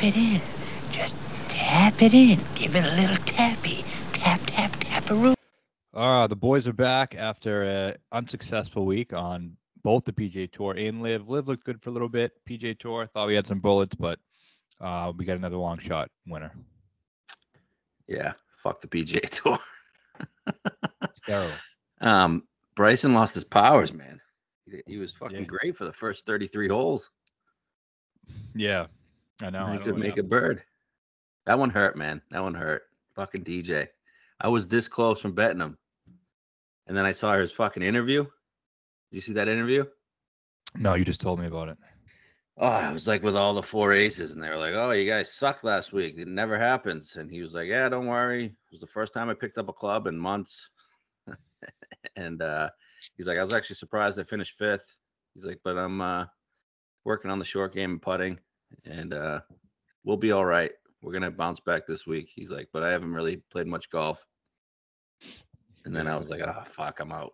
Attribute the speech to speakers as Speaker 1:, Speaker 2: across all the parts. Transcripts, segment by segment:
Speaker 1: it in. Just tap it in. Give it a little tappy. Tap, tap, tap a root.
Speaker 2: Uh, the boys are back after an unsuccessful week on both the PJ Tour and Live. Live looked good for a little bit. PJ Tour thought we had some bullets, but uh, we got another long shot winner.
Speaker 3: Yeah, fuck the PJ Tour.
Speaker 2: It's terrible.
Speaker 3: Um, Bryson lost his powers, man. He, he was fucking
Speaker 2: Yeah.
Speaker 3: great for the first 33 holes.
Speaker 2: Yeah, I know. I
Speaker 3: he
Speaker 2: don't
Speaker 3: could
Speaker 2: know.
Speaker 3: make a bird. That one hurt, man. That one hurt. Fucking DJ. I was this close from betting him. And then I saw his fucking interview. Did you see that interview?
Speaker 2: No, you just told me about it.
Speaker 3: Oh, it was like with all the four aces, and they were like, "Oh, you guys sucked last week. It never happens." And he was like, "Yeah, don't worry. It was the first time I picked up a club in months." and uh, he's like, "I was actually surprised I finished fifth. He's like, "But I'm uh, working on the short game and putting, and uh, we'll be all right. We're gonna bounce back this week." He's like, "But I haven't really played much golf." And then I was like, "Ah, fuck, I'm out."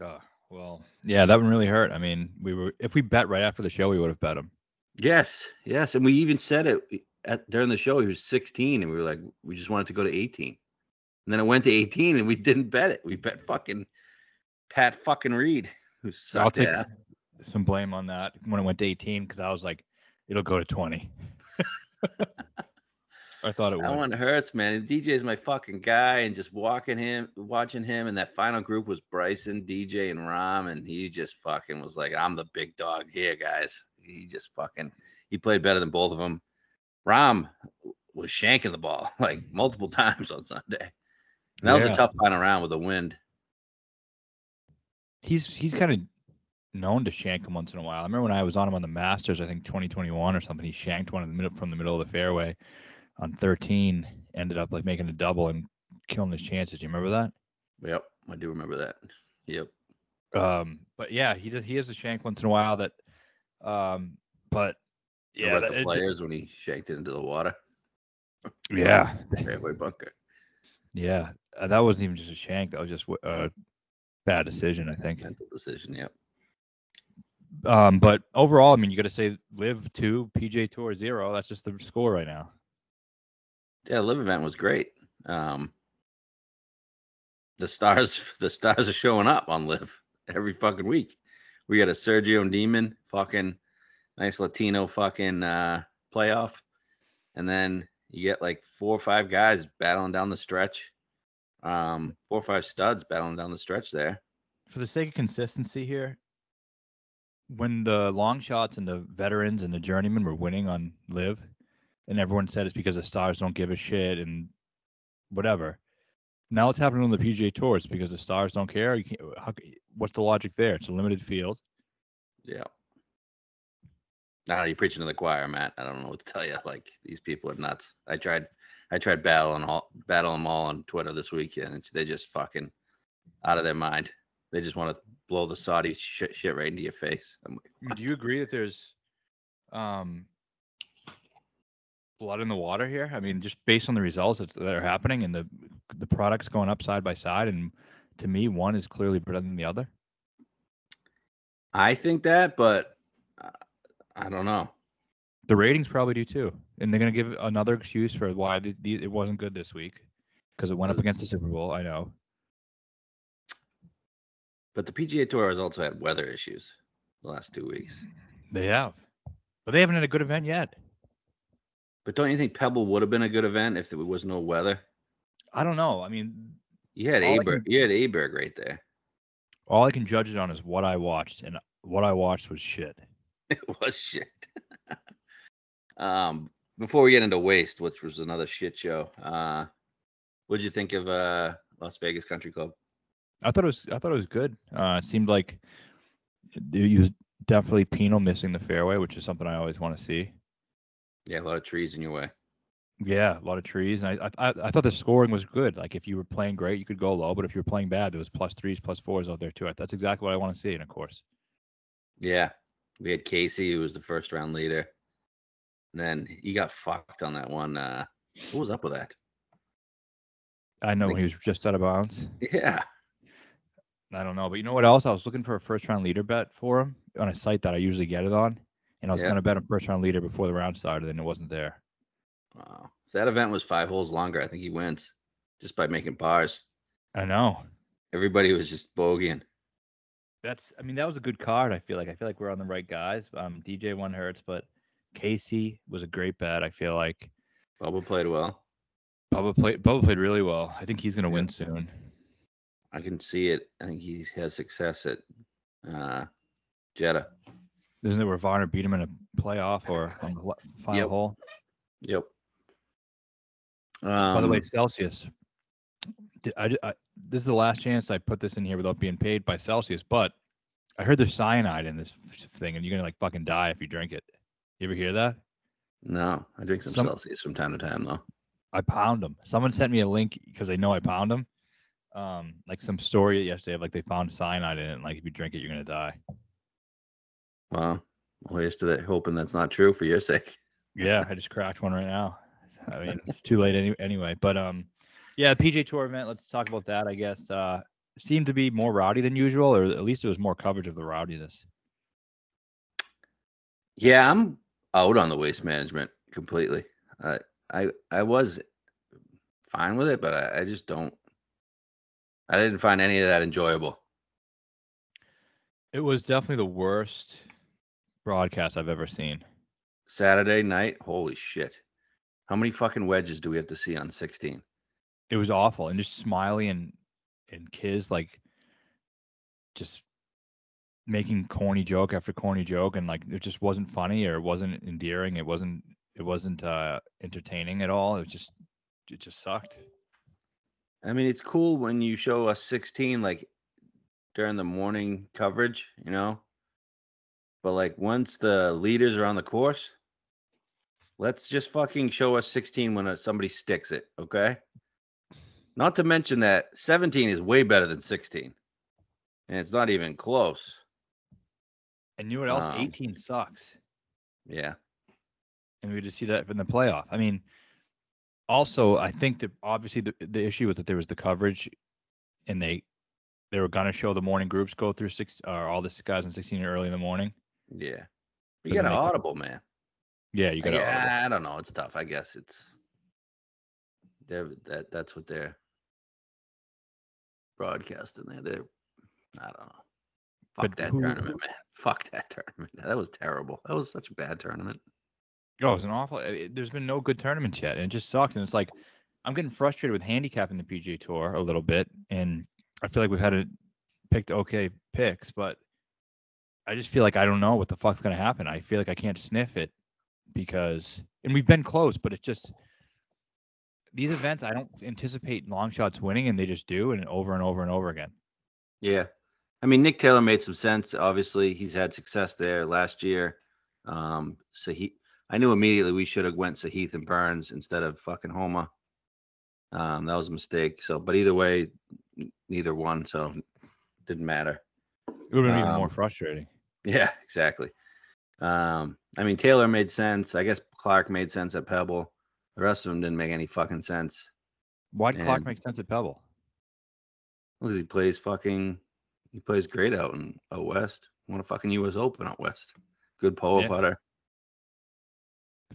Speaker 2: Uh, well, yeah, that one really hurt. I mean, we were if we bet right after the show, we would have bet him.
Speaker 3: Yes, yes, and we even said it i- at during the show. He was 16, and we were like, we just wanted to go to 18, and then it went to 18, and we didn't bet it. We bet fucking Pat fucking Reed, who
Speaker 2: I'll
Speaker 3: sucked
Speaker 2: take
Speaker 3: ass.
Speaker 2: s- some blame on that when it went to 18 because I was like, it'll go to 20. I thought it
Speaker 3: That
Speaker 2: would.
Speaker 3: one hurts, man. And DJ's my fucking guy, and just walking him, watching him, and that final group was Bryson, DJ, and Rom, and he just fucking was like, "I'm the big dog here, guys." He just fucking he played better than both of them. Rom was shanking the ball like multiple times on Sunday. And that was
Speaker 2: Yeah.
Speaker 3: a tough final round with the wind.
Speaker 2: he's he's kind of known to shank him once in a while. I remember when I was on him on the Masters, I think 2021 or something. He shanked one in the middle from the middle of the fairway on 13, ended up like making a double and killing his chances. Do you remember that?
Speaker 3: Yep, I do remember that. Yep.
Speaker 2: Um, but yeah, he does. He has a shank once in a while that, um, but
Speaker 3: Yeah,
Speaker 2: yeah, that-
Speaker 3: the
Speaker 2: it-
Speaker 3: players when he shanked it into the water.
Speaker 2: yeah,
Speaker 3: Fairway bunker.
Speaker 2: yeah. Uh, that wasn't even just a shank. That was just w- a bad decision, I think.
Speaker 3: Mental decision. Yep.
Speaker 2: Um, but overall, I mean, you got to say live two, PJ Tour zero. That's just the score right now.
Speaker 3: Yeah, the live event was great. Um, the stars, the stars are showing up on live every fucking week. We got a Sergio Demon, fucking nice Latino fucking uh, playoff, and then you get like four or five guys battling down the stretch. Um, four or five studs battling down the stretch there.
Speaker 2: for the sake of consistency here, when the long shots and the veterans and the journeymen were winning on live, and everyone said it's because the stars don't give a shit and whatever. Now it's happening on the PGA Tour. It's because the stars don't care. You can't, how, c- what's the logic there? It's a limited field.
Speaker 3: Yeah. Now you're preaching to the choir, Matt. I don't know what to tell you. Like these people are nuts. I tried, I tried battle and all battle them all on Twitter this weekend, and they just fucking out of their mind. They just want to blow the Saudi shit, shit right into your face. I'm like,
Speaker 2: I mean, do you agree that there's um, blood in the water here? I mean, just based on the results that's, that are happening and the the products going up side by side, and to me, one is clearly better than the other.
Speaker 3: I think that, but uh, I don't know.
Speaker 2: The ratings probably do too, and they're going to give another excuse for why the, the, it wasn't good this week because it went up against the Super Bowl. I know.
Speaker 3: But the PGA Tour has also had weather issues the last two weeks.
Speaker 2: They have, but they haven't had a good event yet.
Speaker 3: But don't you think Pebble would have been a good event if there was no weather?
Speaker 2: I don't know. I mean,
Speaker 3: You had
Speaker 2: All I
Speaker 3: Aberg, you had Aberg right there.
Speaker 2: all I can judge it on is what I watched, and what I watched was shit.
Speaker 3: It was shit. um, before we get into waste, which was another shit show, uh, what'd you think of uh Las Vegas Country Club?
Speaker 2: I thought it was. I thought it was good. Uh, it seemed like he was definitely penal missing the fairway, which is something I always want to see.
Speaker 3: Yeah, a lot of trees in your way.
Speaker 2: Yeah, a lot of trees, and I, I I- I thought the scoring was good. Like if you were playing great, you could go low, but if you were playing bad, there was plus threes, plus fours out there too. I- That's exactly what I want to see in a course.
Speaker 3: Yeah, we had Casey, who was the first round leader, and then he got fucked on that one. Uh, what was up with that?
Speaker 2: I know
Speaker 3: Like-
Speaker 2: when he was just out of bounds.
Speaker 3: Yeah,
Speaker 2: I don't know, but you know what else? I was looking for a first round leader bet for him on a site that I usually get it on, and I was
Speaker 3: Yeah.
Speaker 2: going to bet him first round leader before the round started, and it wasn't there.
Speaker 3: Wow. If that event was five holes longer, I think he wins just by making pars.
Speaker 2: I know.
Speaker 3: Everybody was just bogeying.
Speaker 2: That's. I mean, that was a good card. I feel like. I feel like we're on the right guys. Um, DJ one hurts, but Casey was a great bet. I feel like
Speaker 3: Bubba played well.
Speaker 2: Bubba played. Bubba played really well. I think he's going to win soon.
Speaker 3: I can see it. I think he has success at uh, Jeddah.
Speaker 2: Isn't it where Varner beat him in a playoff or on the la- final
Speaker 3: Yep.
Speaker 2: hole?
Speaker 3: Yep.
Speaker 2: By the
Speaker 3: Um,
Speaker 2: way, Celsius. Di- I, I- this is the last chance I put this in here without being paid by Celsius, but I heard there's cyanide in this f- thing, and you're gonna like fucking die if you drink it. You ever hear that?
Speaker 3: no, I drink some,
Speaker 2: some-
Speaker 3: Celsius from time to time, though.
Speaker 2: I pound them. Someone sent me a link because they know I pound them. Um, like some story yesterday of like they found cyanide in it, and like if you drink it, you're gonna die.
Speaker 3: Wow. Well, here's to that, hoping that's not true for your sake.
Speaker 2: Yeah, I just cracked one right now. I mean, it's too late any- anyway. But um, yeah, PJ Tour event. Let's talk about that. I guess uh, seemed to be more rowdy than usual, or at least it was more coverage of the rowdiness.
Speaker 3: Yeah, I'm out on the waste management completely. I I I was fine with it, but I, I just don't. I didn't find any of that enjoyable.
Speaker 2: It was definitely the worst broadcast I've ever seen.
Speaker 3: Saturday night, holy shit! How many fucking wedges do we have to see on 16?
Speaker 2: It was awful, and just Smiley and and Kiz like just making corny joke after corny joke, and like it just wasn't funny or it wasn't endearing. It wasn't it wasn't uh, entertaining at all. It was just it just sucked.
Speaker 3: I mean, it's cool when you show us 16 like during the morning coverage, you know. But like once the leaders are on the course, let's just fucking show us 16 when uh, somebody sticks it, okay? Not to mention that 17 is way better than 16. And it's not even close.
Speaker 2: And you know what else?
Speaker 3: Wow.
Speaker 2: 18 sucks.
Speaker 3: Yeah.
Speaker 2: And we just see that in the playoff. I mean, also, I think that obviously the, the issue was that there was the coverage and they they were going to show the morning groups go through six or all the six guys in 16 early in the morning.
Speaker 3: Yeah.
Speaker 2: Doesn't
Speaker 3: You got an
Speaker 2: make it-
Speaker 3: audible, man.
Speaker 2: Yeah, you got to.
Speaker 3: Uh, yeah, I don't know. It's tough. I guess it's they're, that that's what they're broadcasting there. They're I don't know. Fuck
Speaker 2: But
Speaker 3: that
Speaker 2: who-
Speaker 3: tournament, man. Fuck that tournament. That was terrible. That was such a bad tournament.
Speaker 2: Oh, it was an awful. uh, it- there's been no good tournaments yet, and it just sucked. And it's like I'm getting frustrated with handicapping the PGA Tour a little bit, and I feel like we've had a picked okay picks, but I just feel like I don't know what the fuck's gonna happen. I feel like I can't sniff it because, and we've been close, but it's just these events. I don't anticipate long shots winning, and they just do, and over and over and over again.
Speaker 3: Yeah. I mean, Nick Taylor made some sense. Obviously, he's had success there last year. Um, so he, I knew immediately we should have went Sahith and Burns instead of fucking Homa. Um, that was a mistake. So, but either way, n- neither one. So, didn't matter.
Speaker 2: It would have been even more
Speaker 3: Um,
Speaker 2: frustrating.
Speaker 3: Yeah, exactly. Um, I mean, Taylor made sense. I guess Clark made sense at Pebble. The rest of them didn't make any fucking sense.
Speaker 2: Why did clock
Speaker 3: and-
Speaker 2: make sense at Pebble?
Speaker 3: Because he plays fucking, he plays great out in out west. Won a fucking U.S. Open out west. Good pole
Speaker 2: Yeah.
Speaker 3: putter.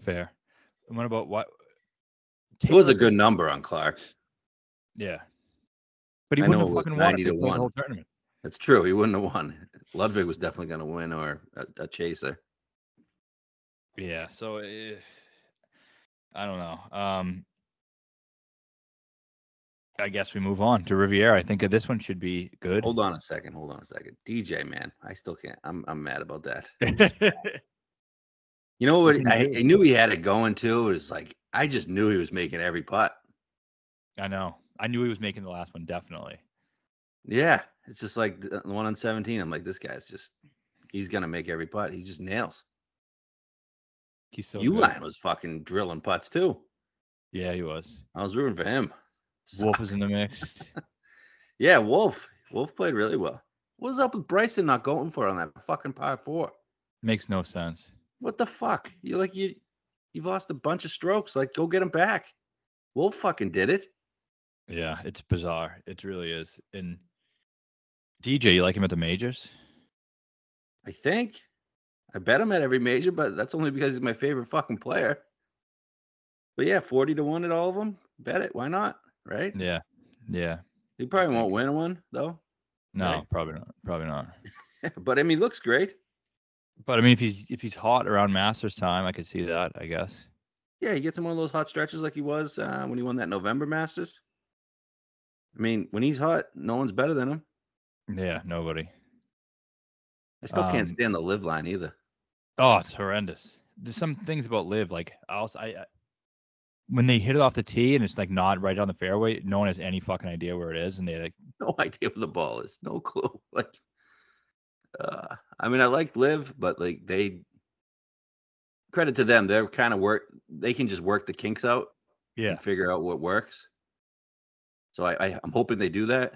Speaker 2: Fair. And what about what?
Speaker 3: It was a good number on Clark.
Speaker 2: Yeah. But he
Speaker 3: I
Speaker 2: wouldn't
Speaker 3: know
Speaker 2: have
Speaker 3: it was
Speaker 2: fucking won
Speaker 3: 90
Speaker 2: if they
Speaker 3: to
Speaker 2: played the
Speaker 3: 1.
Speaker 2: whole tournament.
Speaker 3: That's true. He wouldn't have won. Ludwig was definitely going to win or a, a chaser.
Speaker 2: Yeah. So eh, I don't know. Um, I guess we move on to Riviera. I think this one should be good.
Speaker 3: Hold on a second. Hold on a second. DJ, man, I still can't. I'm I'm mad about that. You know what?
Speaker 2: can you
Speaker 3: I,
Speaker 2: do?
Speaker 3: I knew he had it going too. It was like I just knew he was making every putt.
Speaker 2: I know. I knew he was making the last one definitely.
Speaker 3: Yeah, it's just like the the one on 17. I'm like, this guy's just he's gonna make every putt. He just nails.
Speaker 2: He's so
Speaker 3: You
Speaker 2: good.
Speaker 3: Uline was fucking drilling putts too.
Speaker 2: Yeah, he was.
Speaker 3: I was rooting for him.
Speaker 2: Wolf is in the mix.
Speaker 3: Yeah, Wolf. Wolf played really well. What's up with Bryson not going for it on that fucking par four?
Speaker 2: Makes no sense.
Speaker 3: What the fuck? You like you you've lost a bunch of strokes. Like, go get him back. Wolf fucking did it.
Speaker 2: Yeah, it's bizarre. It really is. And DJ, you like him at the majors?
Speaker 3: I think. I bet him at every major, but that's only because he's my favorite fucking player. But yeah, 40 to 1 at all of them. Bet it. Why not? Right?
Speaker 2: Yeah. Yeah.
Speaker 3: He probably won't win one, though.
Speaker 2: No,
Speaker 3: Right.
Speaker 2: probably not. Probably not.
Speaker 3: but I mean, looks great.
Speaker 2: But I mean, if he's if he's hot around Masters time, I could see that. I guess.
Speaker 3: Yeah, he gets in one of those hot stretches like he was uh, when he won that November Masters. I mean, when he's hot, no one's better than him.
Speaker 2: Yeah. Nobody.
Speaker 3: I still can't
Speaker 2: Um,
Speaker 3: stand the live line either.
Speaker 2: Oh, it's horrendous. There's some things about live like I also I, I when they hit it off the tee and it's like not right on the fairway, no one has any fucking idea where it is, and they like
Speaker 3: No idea where the ball is. No clue. Like, uh, I mean, I like live, but like they credit to them. They're kind of work. They can just work the kinks out.
Speaker 2: yeah
Speaker 3: and figure out what works. So I, I I'm hoping they do that.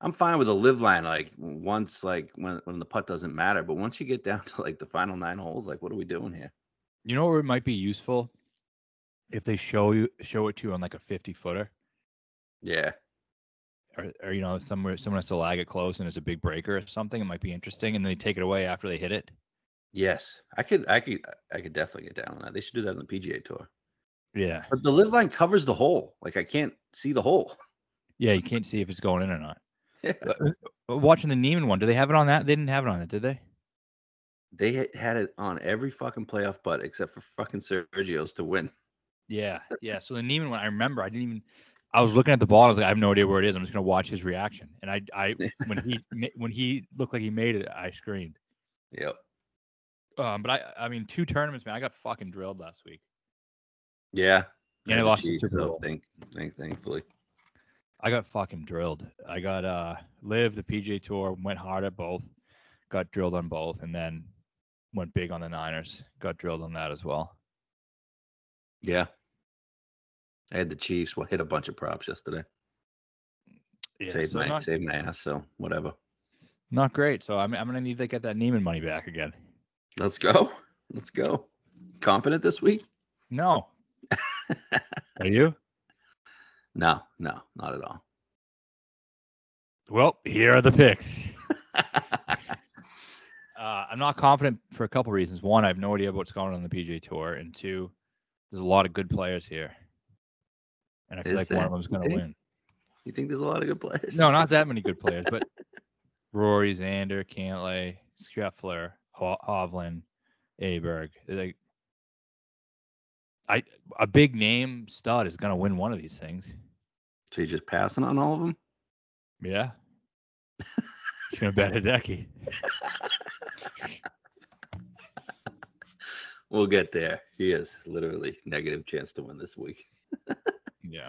Speaker 3: I'm fine with a live line like once like when when the putt doesn't matter, but once you get down to like the final nine holes, like what are we doing here?
Speaker 2: You know where it might be useful if they show you show it to you on like a fifty footer,
Speaker 3: Yeah,
Speaker 2: or, or you know somewhere someone has to lag it close and it's a big breaker or something. It might be interesting, and then they take it away after they hit it.
Speaker 3: yes, I could I could I could definitely get down on that. They should do that on the PGA Tour.
Speaker 2: Yeah,
Speaker 3: But the live line covers the hole. Like I can't see the hole.
Speaker 2: yeah. You can't see if it's going in or not.
Speaker 3: Yeah.
Speaker 2: But Uh, watching the Neiman one, do they have it on that? They didn't have it on it, did they?
Speaker 3: They had- had it on every fucking playoff putt except for fucking Sergio's to win.
Speaker 2: Yeah, yeah. So the Neiman one, I remember. I didn't even. I was looking at the ball. I was like, I have no idea where it is. I'm just gonna watch his reaction. And I, I when he ma- when he looked like he made it, I screamed.
Speaker 3: Yep.
Speaker 2: Um, but I, I mean, two tournaments, man. I got fucking drilled last week.
Speaker 3: Yeah.
Speaker 2: Yeah,
Speaker 3: I
Speaker 2: they
Speaker 3: had the
Speaker 2: lost the
Speaker 3: Chiefs,
Speaker 2: Super
Speaker 3: though,
Speaker 2: Bowl.
Speaker 3: Thank, thank, thankfully.
Speaker 2: I got fucking drilled. I got uh live the PJ tour, went hard at both, got drilled on both, and then went big on the Niners, got drilled on that as well.
Speaker 3: Yeah. I had the Chiefs. Well, hit a bunch of props yesterday. saved
Speaker 2: so
Speaker 3: my
Speaker 2: not,
Speaker 3: saved my ass. So whatever.
Speaker 2: not great. So I'm I'm gonna need to get that Neiman money back again.
Speaker 3: Let's go. Let's go. Confident this week?
Speaker 2: No. Are you?
Speaker 3: No, no, not at all.
Speaker 2: Well, here are the picks. Uh, I'm not confident for a couple reasons. One, I have no idea what's going on on the PJ tour, and two, there's a lot of good players here, and I feel
Speaker 3: Is
Speaker 2: like one
Speaker 3: there
Speaker 2: of them's gonna
Speaker 3: really?
Speaker 2: win.
Speaker 3: you think there's a lot of good players?
Speaker 2: No, not that many good players, but Rory, Xander, Cantlay, Scheffler, Ho- Hovland, Aberg. Like, I a big name stud is going to win one of these things.
Speaker 3: So you're just passing on all of them?
Speaker 2: Yeah, he's going to bet Hideki.
Speaker 3: We'll get there. He is literally negative chance to win this week.
Speaker 2: Yeah,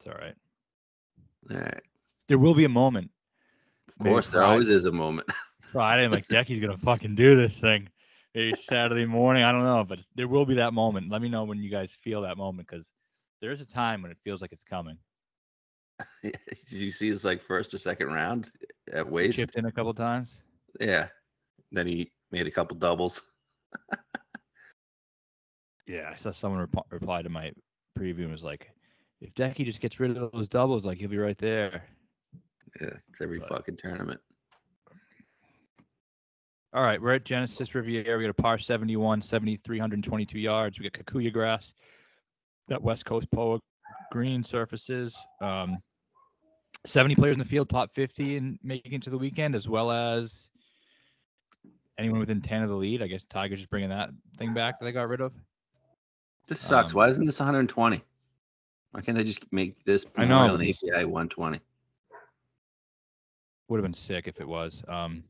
Speaker 2: it's all right.
Speaker 3: All right.
Speaker 2: There will be a moment,
Speaker 3: Of
Speaker 2: Maybe
Speaker 3: course, there
Speaker 2: Friday.
Speaker 3: always is a moment.
Speaker 2: Friday, I'm like Decky's going to fucking do this thing. Maybe Saturday morning, I don't know, but there will be that moment. Let me know when you guys feel that moment because there is a time when it feels like it's coming.
Speaker 3: Did you see his like first or second round at waste?
Speaker 2: Chipped in a couple times.
Speaker 3: Yeah. Then he made a couple doubles.
Speaker 2: Yeah, I saw someone rep- reply to my preview and was like, if Decky just gets rid of those doubles, like he'll be right there.
Speaker 3: Yeah, it's every
Speaker 2: But-
Speaker 3: fucking tournament.
Speaker 2: All right, we're at Genesis Riviera. We got a par 71, 7,322 yards. We got Kikuya grass, that West Coast Poa green surfaces. Um, 70 players in the field, top 50 and making it to the weekend, as well as anyone within 10 of the lead. I guess Tiger's just bringing that thing back that they got rid of.
Speaker 3: This sucks.
Speaker 2: Um,
Speaker 3: Why isn't this 120? Why can't they just make this
Speaker 2: I know,
Speaker 3: an
Speaker 2: but it's-
Speaker 3: API 120?
Speaker 2: would have been sick if it was. Um,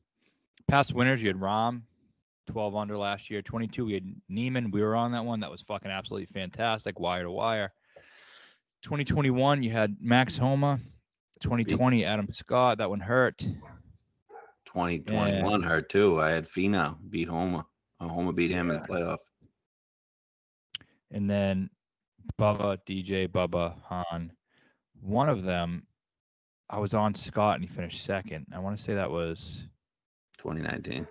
Speaker 2: past winners, you had Rom, 12 under last year, 22. We had Neiman. We were on that one. That was fucking absolutely fantastic, wire to wire. 2021, you had Max Homa. 2020, Adam Scott. That one hurt.
Speaker 3: 2021 hurt too. I had Fina beat Homa. Uh, Homa beat him in the playoff.
Speaker 2: And then Bubba, DJ, Bubba, Han. One of them, I was on Scott and he finished second. I want to say that was
Speaker 3: 2019.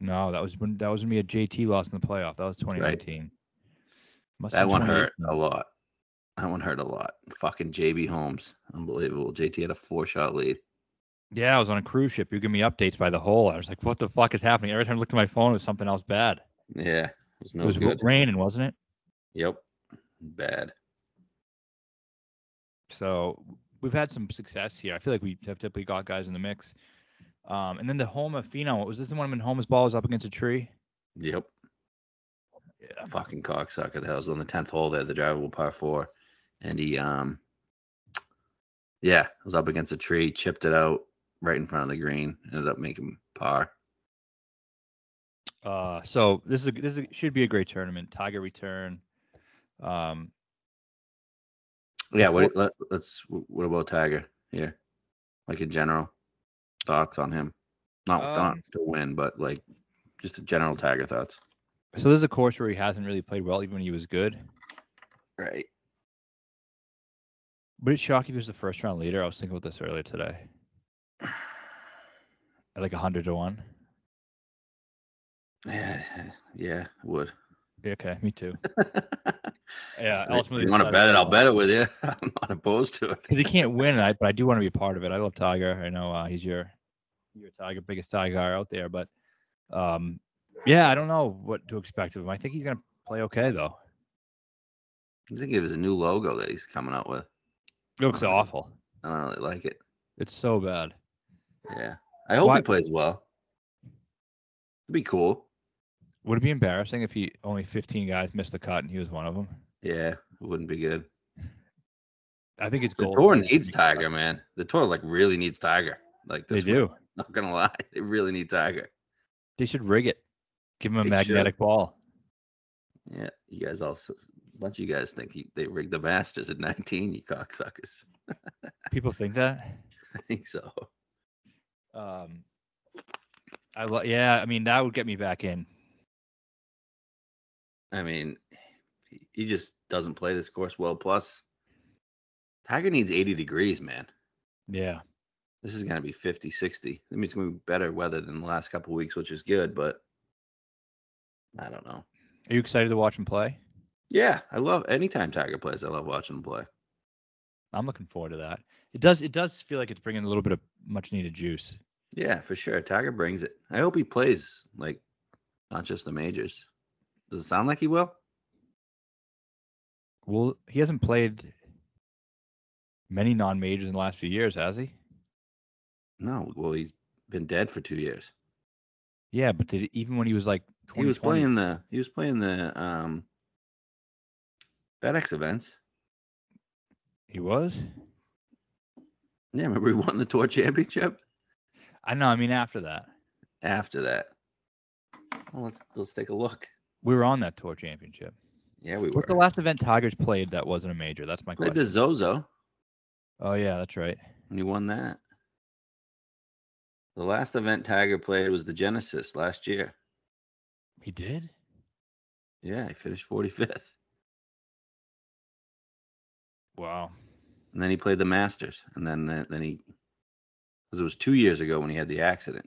Speaker 2: no, that was when that was when we had JT lost in the playoff. That was 2019. Must have
Speaker 3: That
Speaker 2: been
Speaker 3: one hurt
Speaker 2: 2018.
Speaker 3: a lot. That one hurt a lot. Fucking JB Holmes. Unbelievable. JT had a four shot lead.
Speaker 2: Yeah, I was on a cruise ship. You give me updates by the hole. I was like, what the fuck is happening? Every time I looked at my phone, it was something else bad.
Speaker 3: Yeah, it was no
Speaker 2: it was w-
Speaker 3: good.
Speaker 2: raining, wasn't it?
Speaker 3: Yep, bad.
Speaker 2: So we've had some success here. I feel like we have typically got guys in the mix. Um, and then the Homa Phenom. Was this the one when Homa's ball was up against a tree?
Speaker 3: Yep,
Speaker 2: Yeah.
Speaker 3: fucking cocksucker. That was on the tenth hole there, the drivable par four, and he um, yeah, was up against a tree, chipped it out right in front of the green, ended up making par.
Speaker 2: Uh, so this is a, this is, a- should be a great tournament. Tiger return. Um,
Speaker 3: Yeah, what, let, us What about Tiger? Yeah, like in general, thoughts on him? Not not
Speaker 2: Um,
Speaker 3: to win, but like just the general Tiger thoughts.
Speaker 2: so this is a course where he hasn't really played well, even when he was good.
Speaker 3: Right.
Speaker 2: Would it shock you if he was the first round leader? I was thinking about this earlier today. At like hundred to one.
Speaker 3: Yeah, yeah, I would.
Speaker 2: Yeah, Okay, me too.
Speaker 3: If
Speaker 2: Yeah, ultimately.
Speaker 3: you want to
Speaker 2: Tiger
Speaker 3: bet it? I'll
Speaker 2: won.
Speaker 3: bet it with you. I'm not opposed to it.
Speaker 2: because he can't win, I, but I do want to be a part of it. I love Tiger. I know uh, he's your your Tiger, biggest Tiger guy out there. But um, yeah, I don't know what to expect of him. I think he's gonna play okay though.
Speaker 3: I think it was a new logo that he's coming out with.
Speaker 2: It looks awful.
Speaker 3: I don't really like it.
Speaker 2: It's so bad.
Speaker 3: Yeah, I hope
Speaker 2: Why-
Speaker 3: he plays well. It'd be cool.
Speaker 2: Would it be embarrassing if he only 15 guys missed the cut and he was one of them?
Speaker 3: Yeah, it wouldn't be good.
Speaker 2: I think his
Speaker 3: The
Speaker 2: goal.
Speaker 3: tour needs Tiger, man. The tour like really needs Tiger. Like
Speaker 2: They
Speaker 3: this one.
Speaker 2: do.
Speaker 3: Not gonna lie, they really need Tiger.
Speaker 2: They should rig it. Give him a
Speaker 3: They should.
Speaker 2: magnetic ball.
Speaker 3: Yeah, you guys all, s- a bunch of you guys think you, they rigged the Masters at 19, you cocksuckers.
Speaker 2: People think that.
Speaker 3: I think so.
Speaker 2: Um, I lo- yeah. I mean, that would get me back in.
Speaker 3: I mean, he- he just doesn't play this course well. Plus, Tiger needs 80 degrees, man.
Speaker 2: Yeah.
Speaker 3: This is gonna be 50, 60. I mean, it's gonna be better weather than the last couple weeks, which is good. But I don't know.
Speaker 2: Are you excited to watch him play?
Speaker 3: Yeah, I love anytime Tiger plays. I love watching him play.
Speaker 2: I'm looking forward to that. It does. It does feel like it's bringing a little bit of much needed juice.
Speaker 3: Yeah, for sure. Tiger brings it. I hope he plays like not just the majors. Does it sound like he will?
Speaker 2: Well, he hasn't played many non-majors in the last few years, has he?
Speaker 3: No. Well, he's been dead for two years.
Speaker 2: Yeah, but did, even when he was like 20,
Speaker 3: He was playing the he was playing the um FedEx events.
Speaker 2: He was.
Speaker 3: Yeah, remember he won the tour championship
Speaker 2: I know. I mean, after that,
Speaker 3: after that. Well, let's let's take a look.
Speaker 2: we were on that tour championship.
Speaker 3: Yeah, we were.
Speaker 2: What's the last event Tigers played that wasn't a major? That's my
Speaker 3: Played
Speaker 2: question.
Speaker 3: the Zozo
Speaker 2: Oh yeah, that's right.
Speaker 3: and he won that. The last event Tiger played was the Genesis last year.
Speaker 2: He did.
Speaker 3: Yeah, he finished 45th.
Speaker 2: Wow.
Speaker 3: and then he played the Masters, and then then, then he because it was two years ago when he had the accident.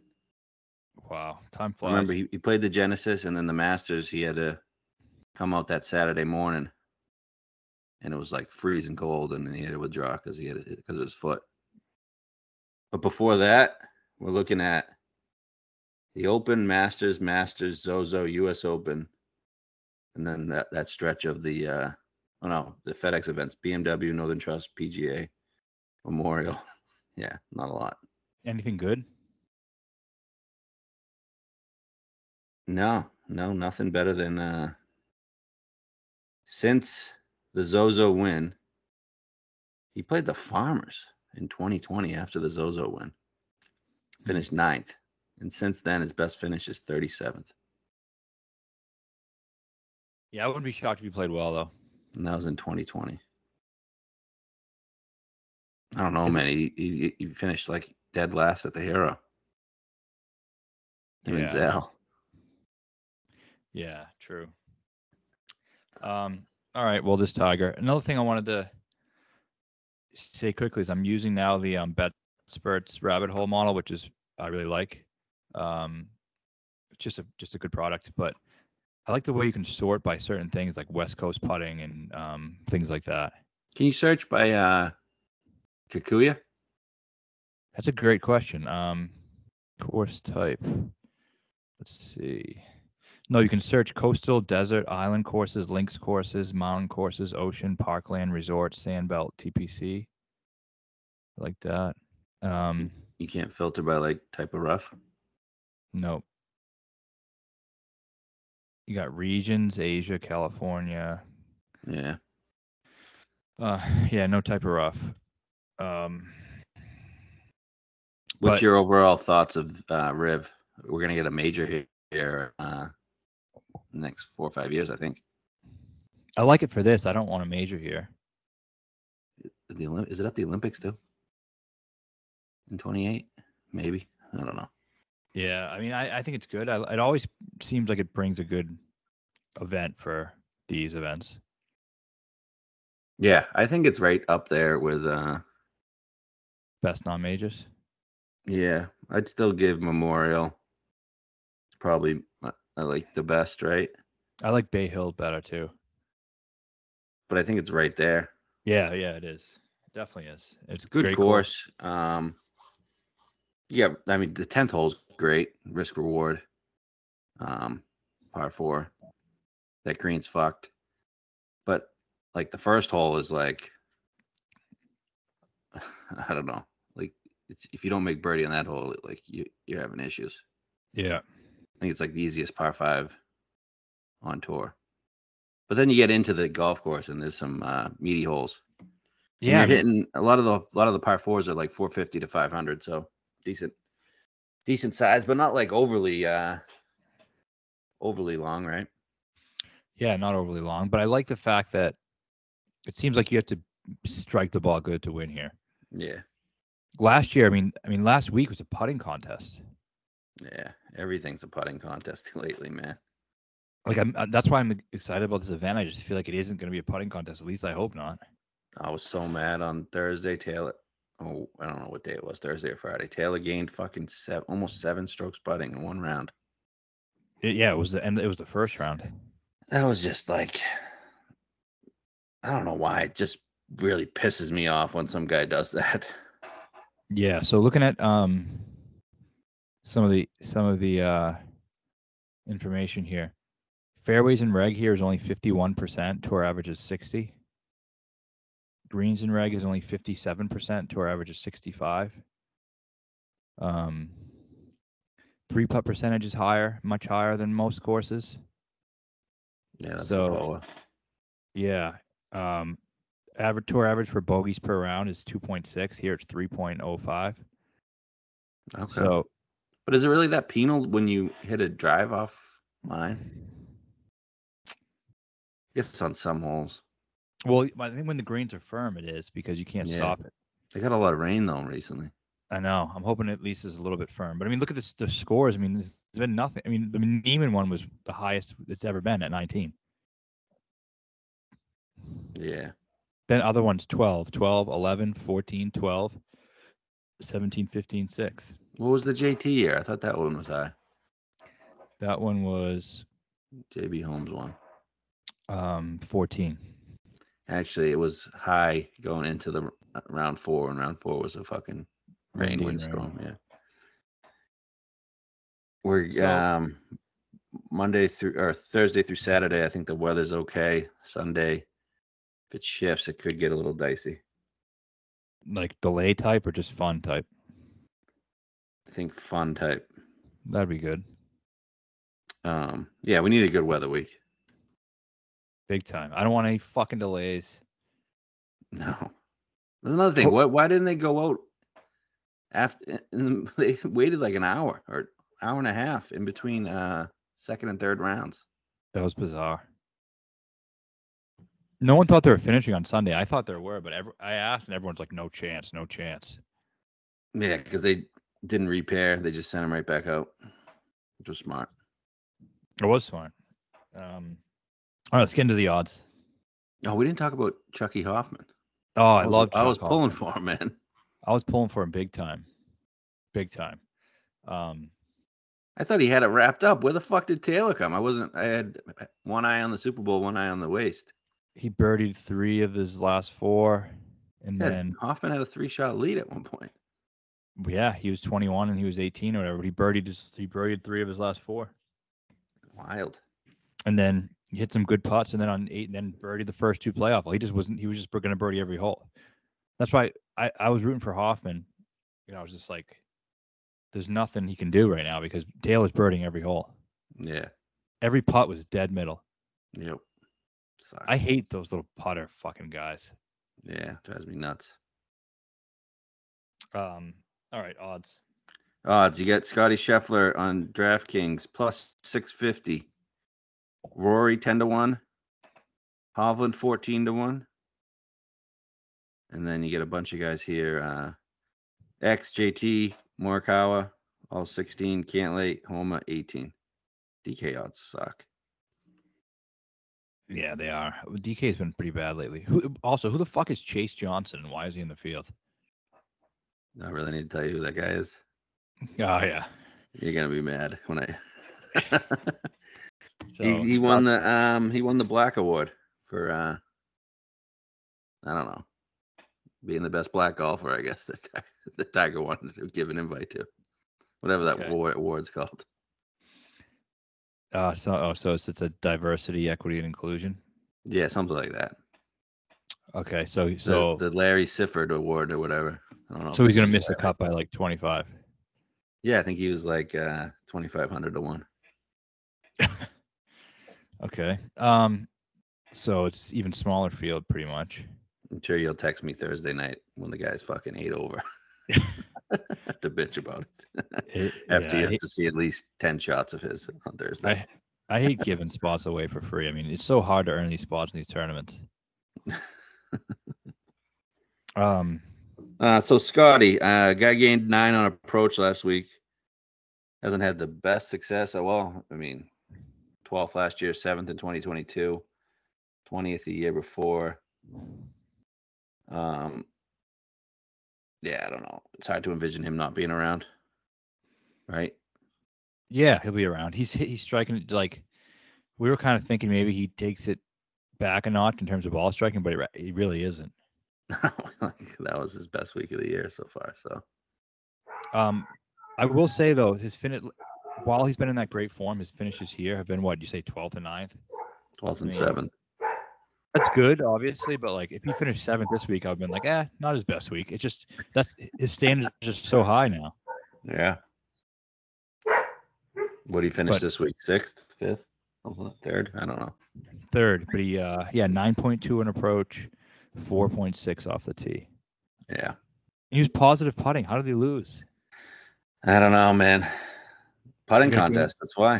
Speaker 2: Wow. Time
Speaker 3: I
Speaker 2: flies.
Speaker 3: remember he, he played the Genesis, and then the Masters. He had to come out that Saturday morning, and it was like freezing cold, and then he had to withdraw because he had because of his foot. But before that, we're looking at the Open, Masters, Masters, Zozo, U.S. Open, and then that that stretch of the uh, oh no, the FedEx events: BMW, Northern Trust, PGA, Memorial. yeah, not a lot.
Speaker 2: Anything good?
Speaker 3: No, no, nothing better than uh since the Zozo win. He played the Farmers in 2020 after the Zozo win.
Speaker 2: Hmm.
Speaker 3: Finished ninth. And since then his best finish is 37th.
Speaker 2: Yeah, I wouldn't be shocked if he played well though.
Speaker 3: And that was in 2020. I don't know,
Speaker 2: Is it-
Speaker 3: man. He, he he finished like dead last at the hero. Him and
Speaker 2: Yeah.
Speaker 3: Zell.
Speaker 2: Yeah, true. Um, all right. Well, this tiger. Another thing I wanted to say quickly is I'm using now the um, Bet Spurts rabbit hole model, which is I really like. Um, it's just a just a good product, but I like the way you can sort by certain things like West Coast putting and um, things like that.
Speaker 3: Can you search by uh Kikuya?
Speaker 2: That's a great question. Um, course type. Let's see. No, you can search coastal, desert, island courses, links courses, mountain courses, ocean, parkland, resort, sandbelt, TPC. Like that. Um,
Speaker 3: You can't filter by like type of rough.
Speaker 2: Nope. You got regions, Asia, California.
Speaker 3: Yeah.
Speaker 2: Uh, yeah, no type of rough. Um,
Speaker 3: What's
Speaker 2: But-
Speaker 3: your overall thoughts of uh, Riv? We're gonna get a major he- here uh, next four or five years, I think.
Speaker 2: I like it for this. I don't want a major here.
Speaker 3: The Olymp- is it at the Olympics too? In twenty eight, maybe. I don't know.
Speaker 2: Yeah, I mean, I, I think it's good. I, it always seems like it brings a good event for these events.
Speaker 3: Yeah, I think it's right up there with. Uh,
Speaker 2: Best non majors.
Speaker 3: yeah, I'd still give Memorial. Probably, uh, I like the best, right?
Speaker 2: I like Bay Hill better too.
Speaker 3: But I think it's right there.
Speaker 2: Yeah, yeah, it is. It definitely is. It's a
Speaker 3: good
Speaker 2: great
Speaker 3: course. Um, yeah, I mean the tenth hole's great risk reward. Um, par four. That green's fucked, but like the first hole is like, I don't know, like it's, if you don't make birdie on that hole, it- like you you're having issues.
Speaker 2: Yeah.
Speaker 3: I think it's like the easiest par five on tour. But then you get into the golf course and there's some uh, meaty holes. Yeah,
Speaker 2: Yeah. I mean,
Speaker 3: hitting a lot of the a lot of the par fours are like 450 to 500, so decent, decent size, but not like overly, uh overly long, right?
Speaker 2: yeah, not overly long, but I like the fact that it seems like you have to strike the ball good to win here.
Speaker 3: Yeah,
Speaker 2: Last year, I mean, I mean, last week was a putting contest.
Speaker 3: yeah. Everything's a putting contest lately, man.
Speaker 2: Like, I'm, uh, that's why I'm excited about this event. I just feel like it isn't going to be a putting contest. At least I hope not.
Speaker 3: I was so mad on Thursday. Taylor, oh, I don't know what day it was, Thursday or Friday. Taylor gained fucking seven, almost seven strokes putting in one round.
Speaker 2: It- yeah, it was the end. It was the first round.
Speaker 3: that was just like I don't know why it just really pisses me off when some guy does that.
Speaker 2: Yeah. So looking at um some of the some of the uh information here. Fairways in reg here is only 51%, tour average is 60. Greens in reg is only 57%, tour average is 65. Um three putt percentage is higher, much higher than most courses.
Speaker 3: Yeah, that's
Speaker 2: So-
Speaker 3: the boa.
Speaker 2: Yeah. Um average tour average for bogeys per round is 2.6, here it's 3.05.
Speaker 3: Okay.
Speaker 2: So
Speaker 3: but is it really that penal when you hit a drive off line? I guess it's on some holes.
Speaker 2: Well, I think when the greens are firm, it is because you can't
Speaker 3: Yeah.
Speaker 2: stop it.
Speaker 3: They got a lot of rain though recently.
Speaker 2: I know. I'm hoping at least it's a little bit firm. But I mean, look at this, the scores. I mean, there's been nothing. I mean, the Neiman one was the highest it's ever been at 19.
Speaker 3: Yeah.
Speaker 2: Then other ones 12, 12, 11, 14, 12, 17, 15, 6.
Speaker 3: What was the JT year? I thought that one was high.
Speaker 2: That one was
Speaker 3: JB Holmes one.
Speaker 2: um, 14.
Speaker 3: Actually, it was high going into the r- uh, round four, and round four was a fucking rain
Speaker 2: Rain,
Speaker 3: windstorm. Yeah. We're
Speaker 2: So-
Speaker 3: um Monday through or Thursday through Saturday. I think the weather's okay. Sunday, if it shifts, it could get a little dicey.
Speaker 2: Like delay type or just fun type?
Speaker 3: I think fun type.
Speaker 2: That'd be good.
Speaker 3: Um, yeah, we need a good weather week.
Speaker 2: Big time. I don't want any fucking delays.
Speaker 3: No, There's another thing. Why why didn't they go out after? And they waited like an hour or hour and a half in between uh second and third rounds.
Speaker 2: That was bizarre. No one thought they were finishing on Sunday. I thought there were, but every, I asked, and everyone's like, "No chance, no chance."
Speaker 3: Yeah, because they didn't repair. They just sent him right back out, which was smart.
Speaker 2: It was smart. Um, all right, let's get into the odds.
Speaker 3: Oh, we didn't talk about Chucky Hoffman.
Speaker 2: Oh, I,
Speaker 3: was-
Speaker 2: love.
Speaker 3: I was pulling for him, man.
Speaker 2: I was pulling for him big time, big time. Um,
Speaker 3: I thought he had it wrapped up. Where the fuck did Taylor come? I wasn't. I had one eye on the Super Bowl, one eye on the waist.
Speaker 2: he birdied three of his last four, and
Speaker 3: Yeah,
Speaker 2: then
Speaker 3: Hoffman had a three-shot lead at one point.
Speaker 2: yeah, he was 21 and he was 18 or whatever. but He birdied his, he birdied three of his last four,
Speaker 3: Wild.
Speaker 2: and then he hit some good putts, and then on eight, and then birdied the first two playoff. He just wasn't. He was just going to birdie every hole. That's why I I was rooting for Hoffman. You know, I was just like, there's nothing he can do right now because Dale is birding every hole.
Speaker 3: Yeah.
Speaker 2: Every putt was dead middle.
Speaker 3: Yep. Sucks.
Speaker 2: I hate those little putter fucking guys.
Speaker 3: yeah, drives me nuts.
Speaker 2: Um. All right, odds.
Speaker 3: Odds you get Scotty Scheffler on DraftKings plus 650. Rory 10 to 1. Hovland 14 to 1. And then you get a bunch of guys here. Uh XJT, Morikawa, all 16, Cantley, Homa 18. DK odds suck.
Speaker 2: Yeah, they are. DK's been pretty bad lately. Who, also, who the fuck is Chase Johnson and why is he in the field?
Speaker 3: I really need to tell you who that guy is.
Speaker 2: Oh yeah.
Speaker 3: You're gonna be mad when I
Speaker 2: So uh,
Speaker 3: he, he won the um he won the black award for uh I don't know being the best black golfer I guess that Ti- that Tiger wanted to give an invite to whatever that
Speaker 2: Okay.
Speaker 3: award, award's called
Speaker 2: Uh, so, oh, so it's, it's a diversity, equity, and inclusion.
Speaker 3: yeah something like that
Speaker 2: Okay, so
Speaker 3: The-
Speaker 2: so
Speaker 3: the, Larry Sifford award or whatever I don't know
Speaker 2: so
Speaker 3: if
Speaker 2: he's
Speaker 3: it
Speaker 2: gonna
Speaker 3: was
Speaker 2: miss the
Speaker 3: that.
Speaker 2: cut by like twenty five.
Speaker 3: yeah I think he was like uh 2500 to one
Speaker 2: Okay. Um, so it's even smaller field, pretty much.
Speaker 3: I'm sure you'll text me Thursday night when the guy's fucking eight over to bitch about it
Speaker 2: It-
Speaker 3: after
Speaker 2: yeah,
Speaker 3: you
Speaker 2: I,
Speaker 3: have
Speaker 2: hate,
Speaker 3: to see at least 10 shots of his on Thursday
Speaker 2: I I hate giving spots away for free. I mean, it's so hard to earn these spots in these tournaments. um,
Speaker 3: Uh, so Scotty, uh, guy gained nine on approach last week. Hasn't had the best success. Oh, well, I mean, 12th last year, 7th in 2022, 20th the year before. Um, yeah, I don't know. It's hard to envision him not being around, right?
Speaker 2: Yeah, he'll be around. He's hit- he's striking it like we were kind of thinking maybe he takes it back a notch in terms of ball striking, but he, re- he really isn't.
Speaker 3: Like, that was his best week of the year so far. So,
Speaker 2: Um, I will say though, his finish while he's been in that great form, his finishes here have been what you say, twelfth and 9th?
Speaker 3: 12th and
Speaker 2: Man.
Speaker 3: 7th.
Speaker 2: That's good, obviously, but like if he finished seventh this week, I've been like, eh, not his best week. It's just that's his standards are just so high now.
Speaker 3: Yeah. What did he finish
Speaker 2: But-
Speaker 3: this week? Sixth, fifth, something like third? I don't know.
Speaker 2: Third, but he uh yeah, nine point two in approach, four point six off the tee.
Speaker 3: Yeah.
Speaker 2: He was positive putting. How did he lose?
Speaker 3: I don't know, man. Putting
Speaker 2: Yeah, I think-
Speaker 3: contest. That's why.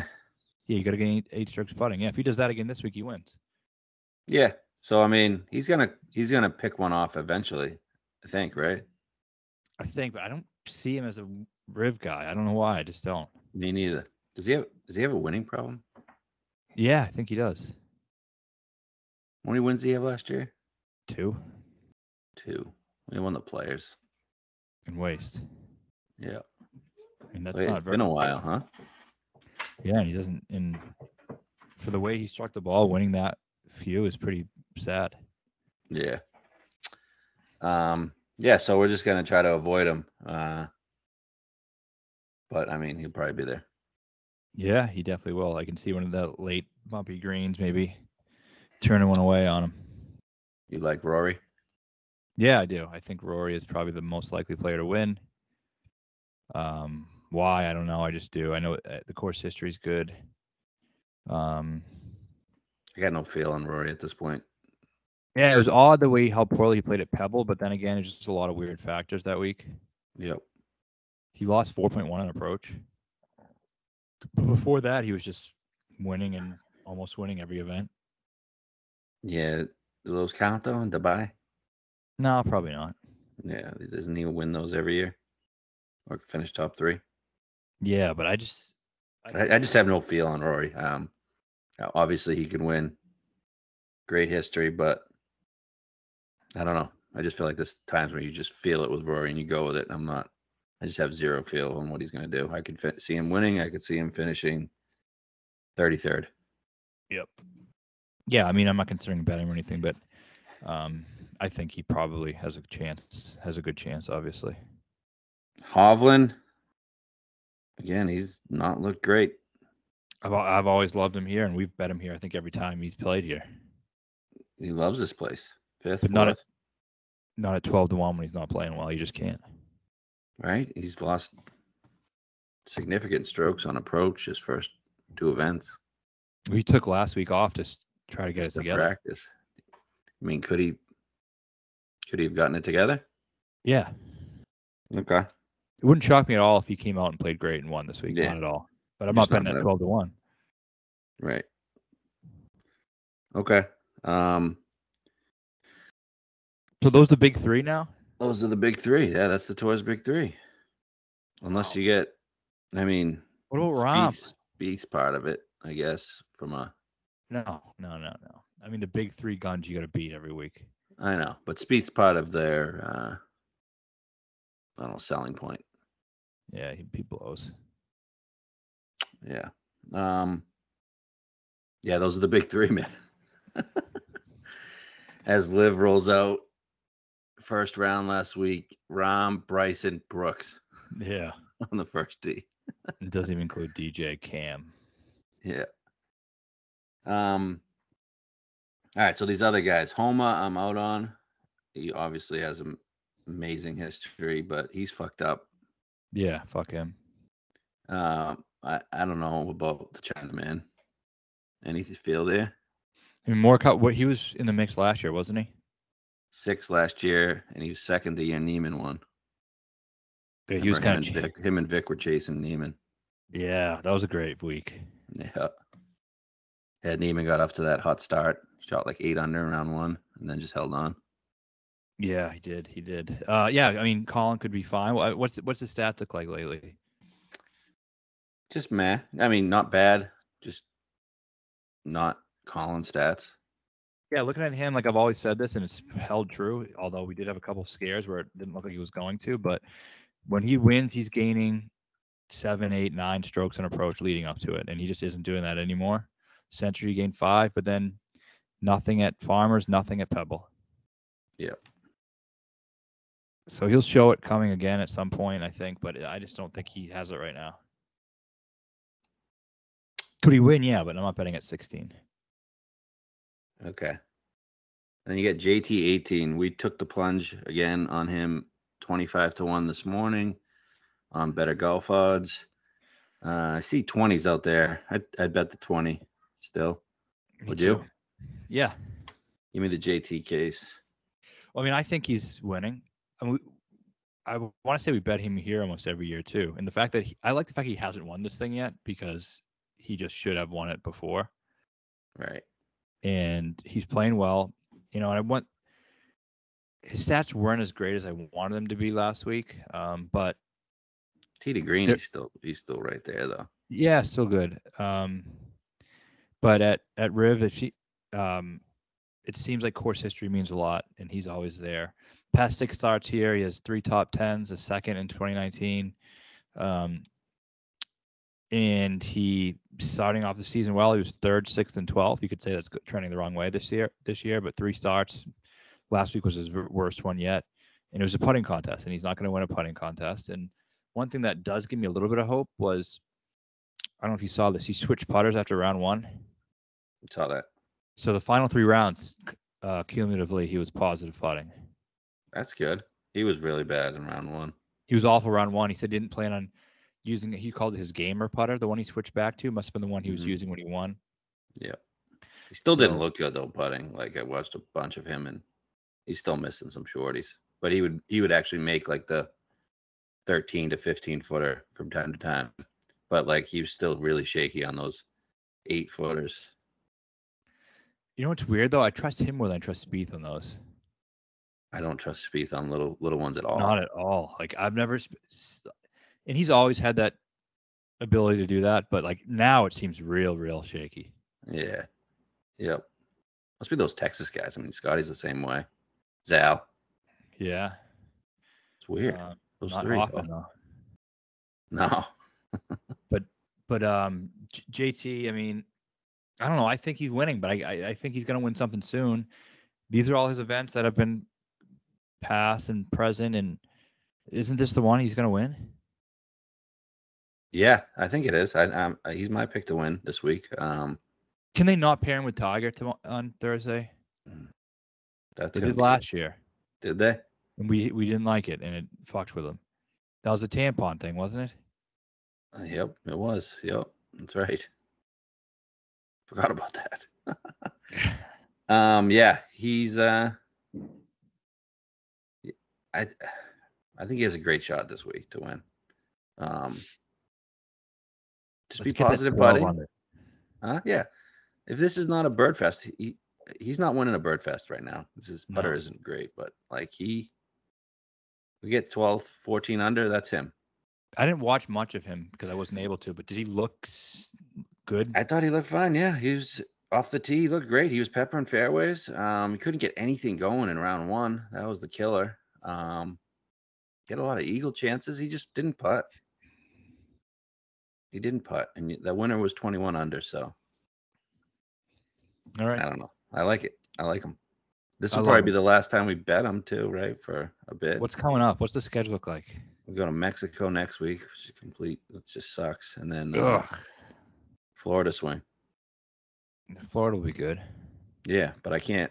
Speaker 2: Yeah, you got to get eight, eight strokes putting. Yeah, if he does that again this week, he wins.
Speaker 3: Yeah. So I mean, he's gonna he's gonna pick one off eventually. I think, right?
Speaker 2: I think, but I don't see him as a Riv guy. I don't know why. I just don't.
Speaker 3: Me neither. Does he have Does he have a winning problem?
Speaker 2: Yeah, I think he does.
Speaker 3: How many wins did he have last year?
Speaker 2: Two
Speaker 3: Two. He won the Players.
Speaker 2: and waste.
Speaker 3: Yeah.
Speaker 2: I mean, that's
Speaker 3: Wait,
Speaker 2: not
Speaker 3: it's
Speaker 2: very
Speaker 3: been a while, huh?
Speaker 2: Yeah, and he doesn't. And for the way he struck the ball, winning that few is pretty sad.
Speaker 3: Yeah. Um. Yeah. So we're just gonna try to avoid him. Uh. But I mean, he'll probably be there.
Speaker 2: Yeah, he definitely will. I can see one of the late bumpy greens maybe turning one away on him.
Speaker 3: You like Rory?
Speaker 2: Yeah, I do. I think Rory is probably the most likely player to win. Um, why? I don't know. I just do. I know uh, the course history is good. Um,
Speaker 3: I got no feel on Rory at this point.
Speaker 2: yeah, it was odd the way how poorly he played at Pebble, but then again, it's just a lot of weird factors that week.
Speaker 3: Yep.
Speaker 2: He lost 4.1 on approach. But before that, he was just winning and almost winning every event.
Speaker 3: Yeah. Do those count though in Dubai?
Speaker 2: No, probably not.
Speaker 3: Yeah, doesn't he win those every year or finish top three?
Speaker 2: Yeah, but I just,
Speaker 3: I, I just have no feel on Rory. Um, uh, obviously he can win, great history, but I don't know. I just feel like there's times where you just feel it with Rory and you go with it. I'm not. I just have zero feel on what he's going to do. I could fi- see him winning. I could see him finishing 33rd.
Speaker 2: Yep. Yeah, I mean, I'm not considering betting or anything, but um, I think he probably has a chance, has a good chance, obviously.
Speaker 3: Hovland, again, he's not looked great.
Speaker 2: I've, al- I've always loved him here, and we've bet him here. I think every time he's played here,
Speaker 3: He loves this place. Fifth,
Speaker 2: But not a-
Speaker 3: fourth,
Speaker 2: not at twelve to one when he's not playing well. You just can't.
Speaker 3: right? He's lost significant strokes on approach his first two events.
Speaker 2: We took last week off to s- try to get it
Speaker 3: Just to
Speaker 2: together.
Speaker 3: practice. I mean, could he could he have gotten it together?
Speaker 2: Yeah,
Speaker 3: Okay.
Speaker 2: it wouldn't shock me at all if he came out and played great and won this week.
Speaker 3: Yeah.
Speaker 2: Not at all. But I'm
Speaker 3: He's
Speaker 2: not
Speaker 3: not
Speaker 2: betting at
Speaker 3: bad.
Speaker 2: twelve to one.
Speaker 3: Right. Okay. Um
Speaker 2: So those the big three now.
Speaker 3: those are the big three. Yeah, that's the tour's big three. Unless you get I mean
Speaker 2: What about Rom?
Speaker 3: Speaks part of it, I guess, from a
Speaker 2: No, no, no, no. I mean the big three guns you got to beat every week.
Speaker 3: I know, but Speed's part of their uh I don't know, selling point.
Speaker 2: Yeah, he, he blows.
Speaker 3: Yeah. Um Yeah, those are the big three, man. As Liv rolls out first round last week, Rom, Bryson, Brooks
Speaker 2: Yeah,
Speaker 3: on the first tee.
Speaker 2: it doesn't even include DJ Cam.
Speaker 3: Yeah. Um all right, so these other guys, Homa, I'm out on. He obviously has an amazing history, but he's fucked up.
Speaker 2: Yeah, fuck him.
Speaker 3: Um, I, I don't know about the Chinaman. Any feel there?
Speaker 2: I mean, Morikawa, what he was in the mix last year, wasn't he?
Speaker 3: Six last year, and he was second to your Neiman one.
Speaker 2: Yeah, he was
Speaker 3: Remember
Speaker 2: kind
Speaker 3: him
Speaker 2: of.
Speaker 3: and Vic, him and Vic were chasing Neiman.
Speaker 2: Yeah, that was a great week.
Speaker 3: Yeah. Yeah, Neiman got off to that hot start, shot like eight under in round one, and then just held on.
Speaker 2: Yeah, he did. He did. Uh, yeah, I mean, Colin could be fine. Wha- What's what's his stats look like lately?
Speaker 3: Just meh. I mean, not bad. Just not Colin stats.
Speaker 2: Yeah, looking at him, like I've always said this, and it's held true. Although we did have a couple scares where it didn't look like he was going to, but when he wins, he's gaining seven, eight, nine strokes on approach leading up to it, and he just isn't doing that anymore. Century he gained five, but then nothing at Farmers, nothing at Pebble.
Speaker 3: Yep.
Speaker 2: So he'll show it coming again at some point, I think, but I just don't think he has it right now. Could he win? Yeah, but I'm not betting at 16.
Speaker 3: Okay. Then you get JT 18. We took the plunge again on him 25 to 1 this morning on better golf odds. Uh, I see 20s out there. I'd, I'd bet the 20 still.
Speaker 2: Me
Speaker 3: Would you?
Speaker 2: too. Yeah.
Speaker 3: Give me the JT case.
Speaker 2: Well, I mean, I think he's winning. I mean, I want to say we bet him here almost every year too. And the fact that he, I like the fact he hasn't won this thing yet because he just should have won it before.
Speaker 3: Right.
Speaker 2: And he's playing well, you know. And I want his stats weren't as great as I wanted them to be last week, um, but
Speaker 3: T to green,
Speaker 2: There-
Speaker 3: he's still he's still right there though.
Speaker 2: Yeah, still good. Um, but at at Riv, if she, um, it seems like course history means a lot, and he's always there. Past six starts here, he has three top tens, a second in 2019, um, and he starting off the season well. He was third, sixth, and twelfth. You could say that's go- trending the wrong way this year. This year, but three starts. Last week was his wor- worst one yet, and it was a putting contest, and he's not going to win a putting contest. And one thing that does give me a little bit of hope was I don't know if you saw this. He switched putters after round one.
Speaker 3: Saw that.
Speaker 2: So the final three rounds, c- uh, cumulatively, he was positive putting.
Speaker 3: That's good. He was really bad in round one.
Speaker 2: He was awful round one. He said he didn't plan on using it. He called it his gamer putter. The one he switched back to must have been the one he was
Speaker 3: Mhm.
Speaker 2: using when he won.
Speaker 3: He still didn't
Speaker 2: So-
Speaker 3: look good though putting. Like I watched a bunch of him and he's still missing some shorties. But he would he would actually make like the 13 to 15 footer from time to time. But like he was still really shaky on those eight footers.
Speaker 2: You know what's weird though? I trust him more than I trust Spieth on those.
Speaker 3: I don't trust Spieth on little little ones at all.
Speaker 2: Not at all. Like I've never, sp- s- and he's always had that ability to do that. But like now, it seems real, real shaky.
Speaker 3: yeah. Yep. Must be those Texas guys. I mean Scotty's the same way. Zal.
Speaker 2: Yeah.
Speaker 3: It's weird.
Speaker 2: Um,
Speaker 3: those
Speaker 2: not
Speaker 3: three. though.
Speaker 2: often though.
Speaker 3: No.
Speaker 2: But um, J- JT, I mean, I don't know. I think he's winning, but I I, I think he's going to win something soon. These are all his events that have been past and present, and Isn't this the one he's going to win?
Speaker 3: Yeah, I think it is. I, I'm, I- he's my pick to win this week. Um,
Speaker 2: Can they not pair him with Tiger tomorrow, on Thursday?
Speaker 3: that's
Speaker 2: They
Speaker 3: gonna
Speaker 2: did
Speaker 3: be-
Speaker 2: last year,
Speaker 3: Did they?
Speaker 2: and we we didn't like it, and it fucked with them. That was a tampon thing, wasn't it?
Speaker 3: Uh, Yep, it was. Yep, that's right. Forgot about that. um, yeah, he's uh, y- I, I think he has a great shot this week to win. Um, just
Speaker 2: Let's
Speaker 3: be
Speaker 2: get that
Speaker 3: positive,
Speaker 2: 12
Speaker 3: buddy.
Speaker 2: on it.
Speaker 3: Huh? Yeah. If this is not a bird fest, he he's not winning a bird fest right now. This is putter
Speaker 2: No.
Speaker 3: isn't great, but like he, we get 12, 14 under. That's him.
Speaker 2: I didn't watch much of him because I wasn't able to. But did he look s- good?
Speaker 3: I thought he looked fine. Yeah, he was off the tee. He looked great. He was peppering fairways. Um, he couldn't get anything going in round one. That was the killer. Um, he had a lot of eagle chances. He just didn't putt. He didn't putt, and y- the winner was twenty-one under. So
Speaker 2: All
Speaker 3: I
Speaker 2: right.
Speaker 3: don't know. I like it. I like him. This
Speaker 2: I
Speaker 3: will
Speaker 2: love
Speaker 3: probably
Speaker 2: him.
Speaker 3: be the last time we bet him too, right? For a bit.
Speaker 2: What's coming up? What's the schedule look like?
Speaker 3: we go to Mexico next week, which is complete. It just sucks. And then uh,
Speaker 2: Ugh.
Speaker 3: Florida swing.
Speaker 2: Florida will be good.
Speaker 3: Yeah, but I can't.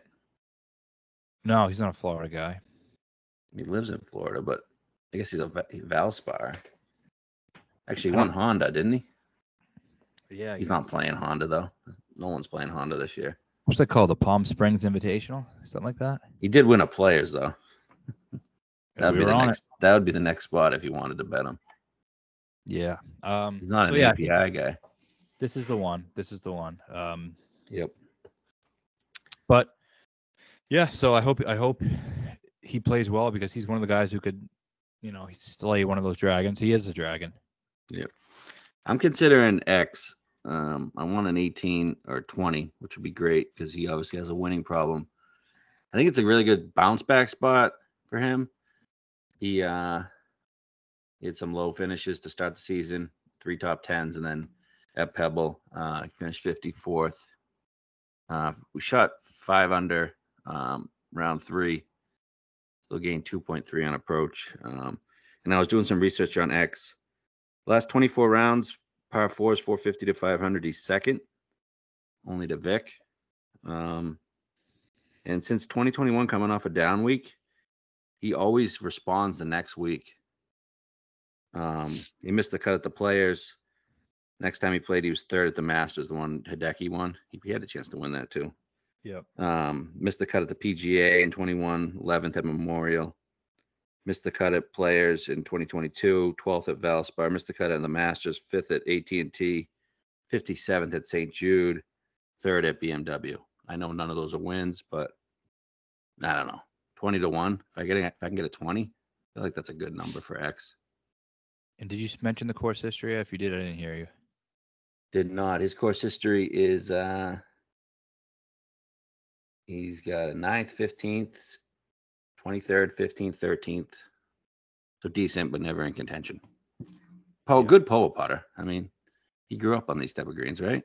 Speaker 2: No, he's not a Florida guy.
Speaker 3: He lives in Florida, but I guess he's a Va- Valspar. Actually,
Speaker 2: I
Speaker 3: he won Honda, didn't he?
Speaker 2: Yeah,
Speaker 3: He's not playing Honda though. No one's playing Honda this year.
Speaker 2: What's that called? The Palm Springs Invitational, something like that.
Speaker 3: He did win a Players though.
Speaker 2: Yeah,
Speaker 3: That'd
Speaker 2: we
Speaker 3: be
Speaker 2: were
Speaker 3: the
Speaker 2: on
Speaker 3: next. That would be the next spot if you wanted to bet him.
Speaker 2: it. Yeah. Um,
Speaker 3: He's not
Speaker 2: so
Speaker 3: an
Speaker 2: yeah,
Speaker 3: API guy.
Speaker 2: this is the one. This is the one. Um,
Speaker 3: Yep.
Speaker 2: but yeah, so I hope I hope he plays well because he's one of the guys who could, you know, he's slay one of those dragons. He is a dragon.
Speaker 3: I'm considering X. Um, I want an 18 or 20, which would be great because he obviously has a winning problem. I think it's a really good bounce back spot for him. He uh he had some low finishes to start the season, three top tens, and then at Pebble, uh finished 54th. Uh we shot five under um round three. Still gained 2.3 on approach. Um and I was doing some research on X. Last 24 rounds, par fours, 450 to 500. He's second, only to Vic. Um, and since 2021, coming off a down week, he always responds the next week. Um, he missed the cut at the Players. Next time he played, he was third at the Masters, the one Hideki won. He, he had a chance to win that too.
Speaker 2: Yep.
Speaker 3: Um, missed the cut at the PGA in 21, 11th at Memorial. Missed the cut at Players in 2022, 12th at Valspar. Missed the cut at the Masters, 5th at AT&T, 57th at St. Jude, 3rd at BMW. I know none of those are wins, but I don't know. 20 to 1. If I get a, if I can get a 20, I feel like that's a good number for X.
Speaker 2: And did you s- mention the course history? If you did, I didn't hear you.
Speaker 3: Did not. His course history is uh he's got a 9th, 15th, 23rd, 15th, 13th. So decent, but never in contention. Paul,
Speaker 2: Yeah.
Speaker 3: good pole putter. I mean, he grew up on these type of greens, right?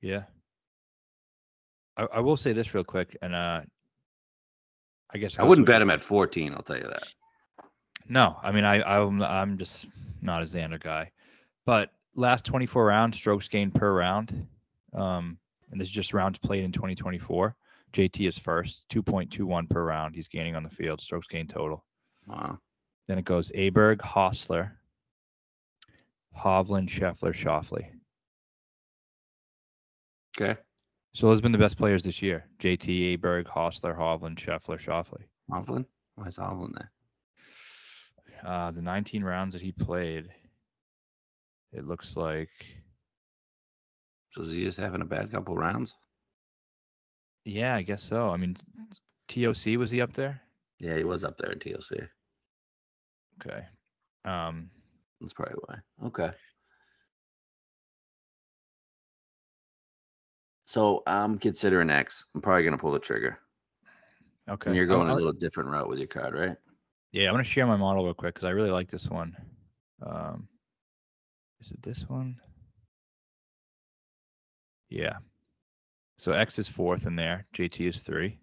Speaker 2: Yeah. I, I will say this real quick, and uh, I guess
Speaker 3: I wouldn't bet him at 14, I'll tell you that.
Speaker 2: No, I mean I I'm I'm just not a Xander guy, but last 24 rounds, strokes gained per round, um, and this is just rounds played in 2024. JT is first, 2.21 per round. He's gaining on the field, strokes gained total.
Speaker 3: Wow.
Speaker 2: Then it goes Aberg, Hostler, Hovland, Scheffler, Shoffley.
Speaker 3: Okay.
Speaker 2: So those have been the best players this year: JT, Aberg, Hostler, Hovland, Scheffler, Shoffley.
Speaker 3: Hovland? Why is Hovland there?
Speaker 2: Uh, the 19 rounds that he played, it looks like,
Speaker 3: So is he just having a bad couple rounds?
Speaker 2: yeah, I guess so. I mean, TOC was he up there?
Speaker 3: Yeah, he was up there in TLC.
Speaker 2: Okay. Um,
Speaker 3: That's probably why. Okay. So I'm considering X. I'm probably gonna pull the trigger.
Speaker 2: okay.
Speaker 3: And you're
Speaker 2: I-
Speaker 3: going
Speaker 2: I-
Speaker 3: a little different route with your card, right?
Speaker 2: Yeah, I'm gonna share my model real quick because I really like this one. Um, is it this one? Yeah. So X is fourth in there. JT is three.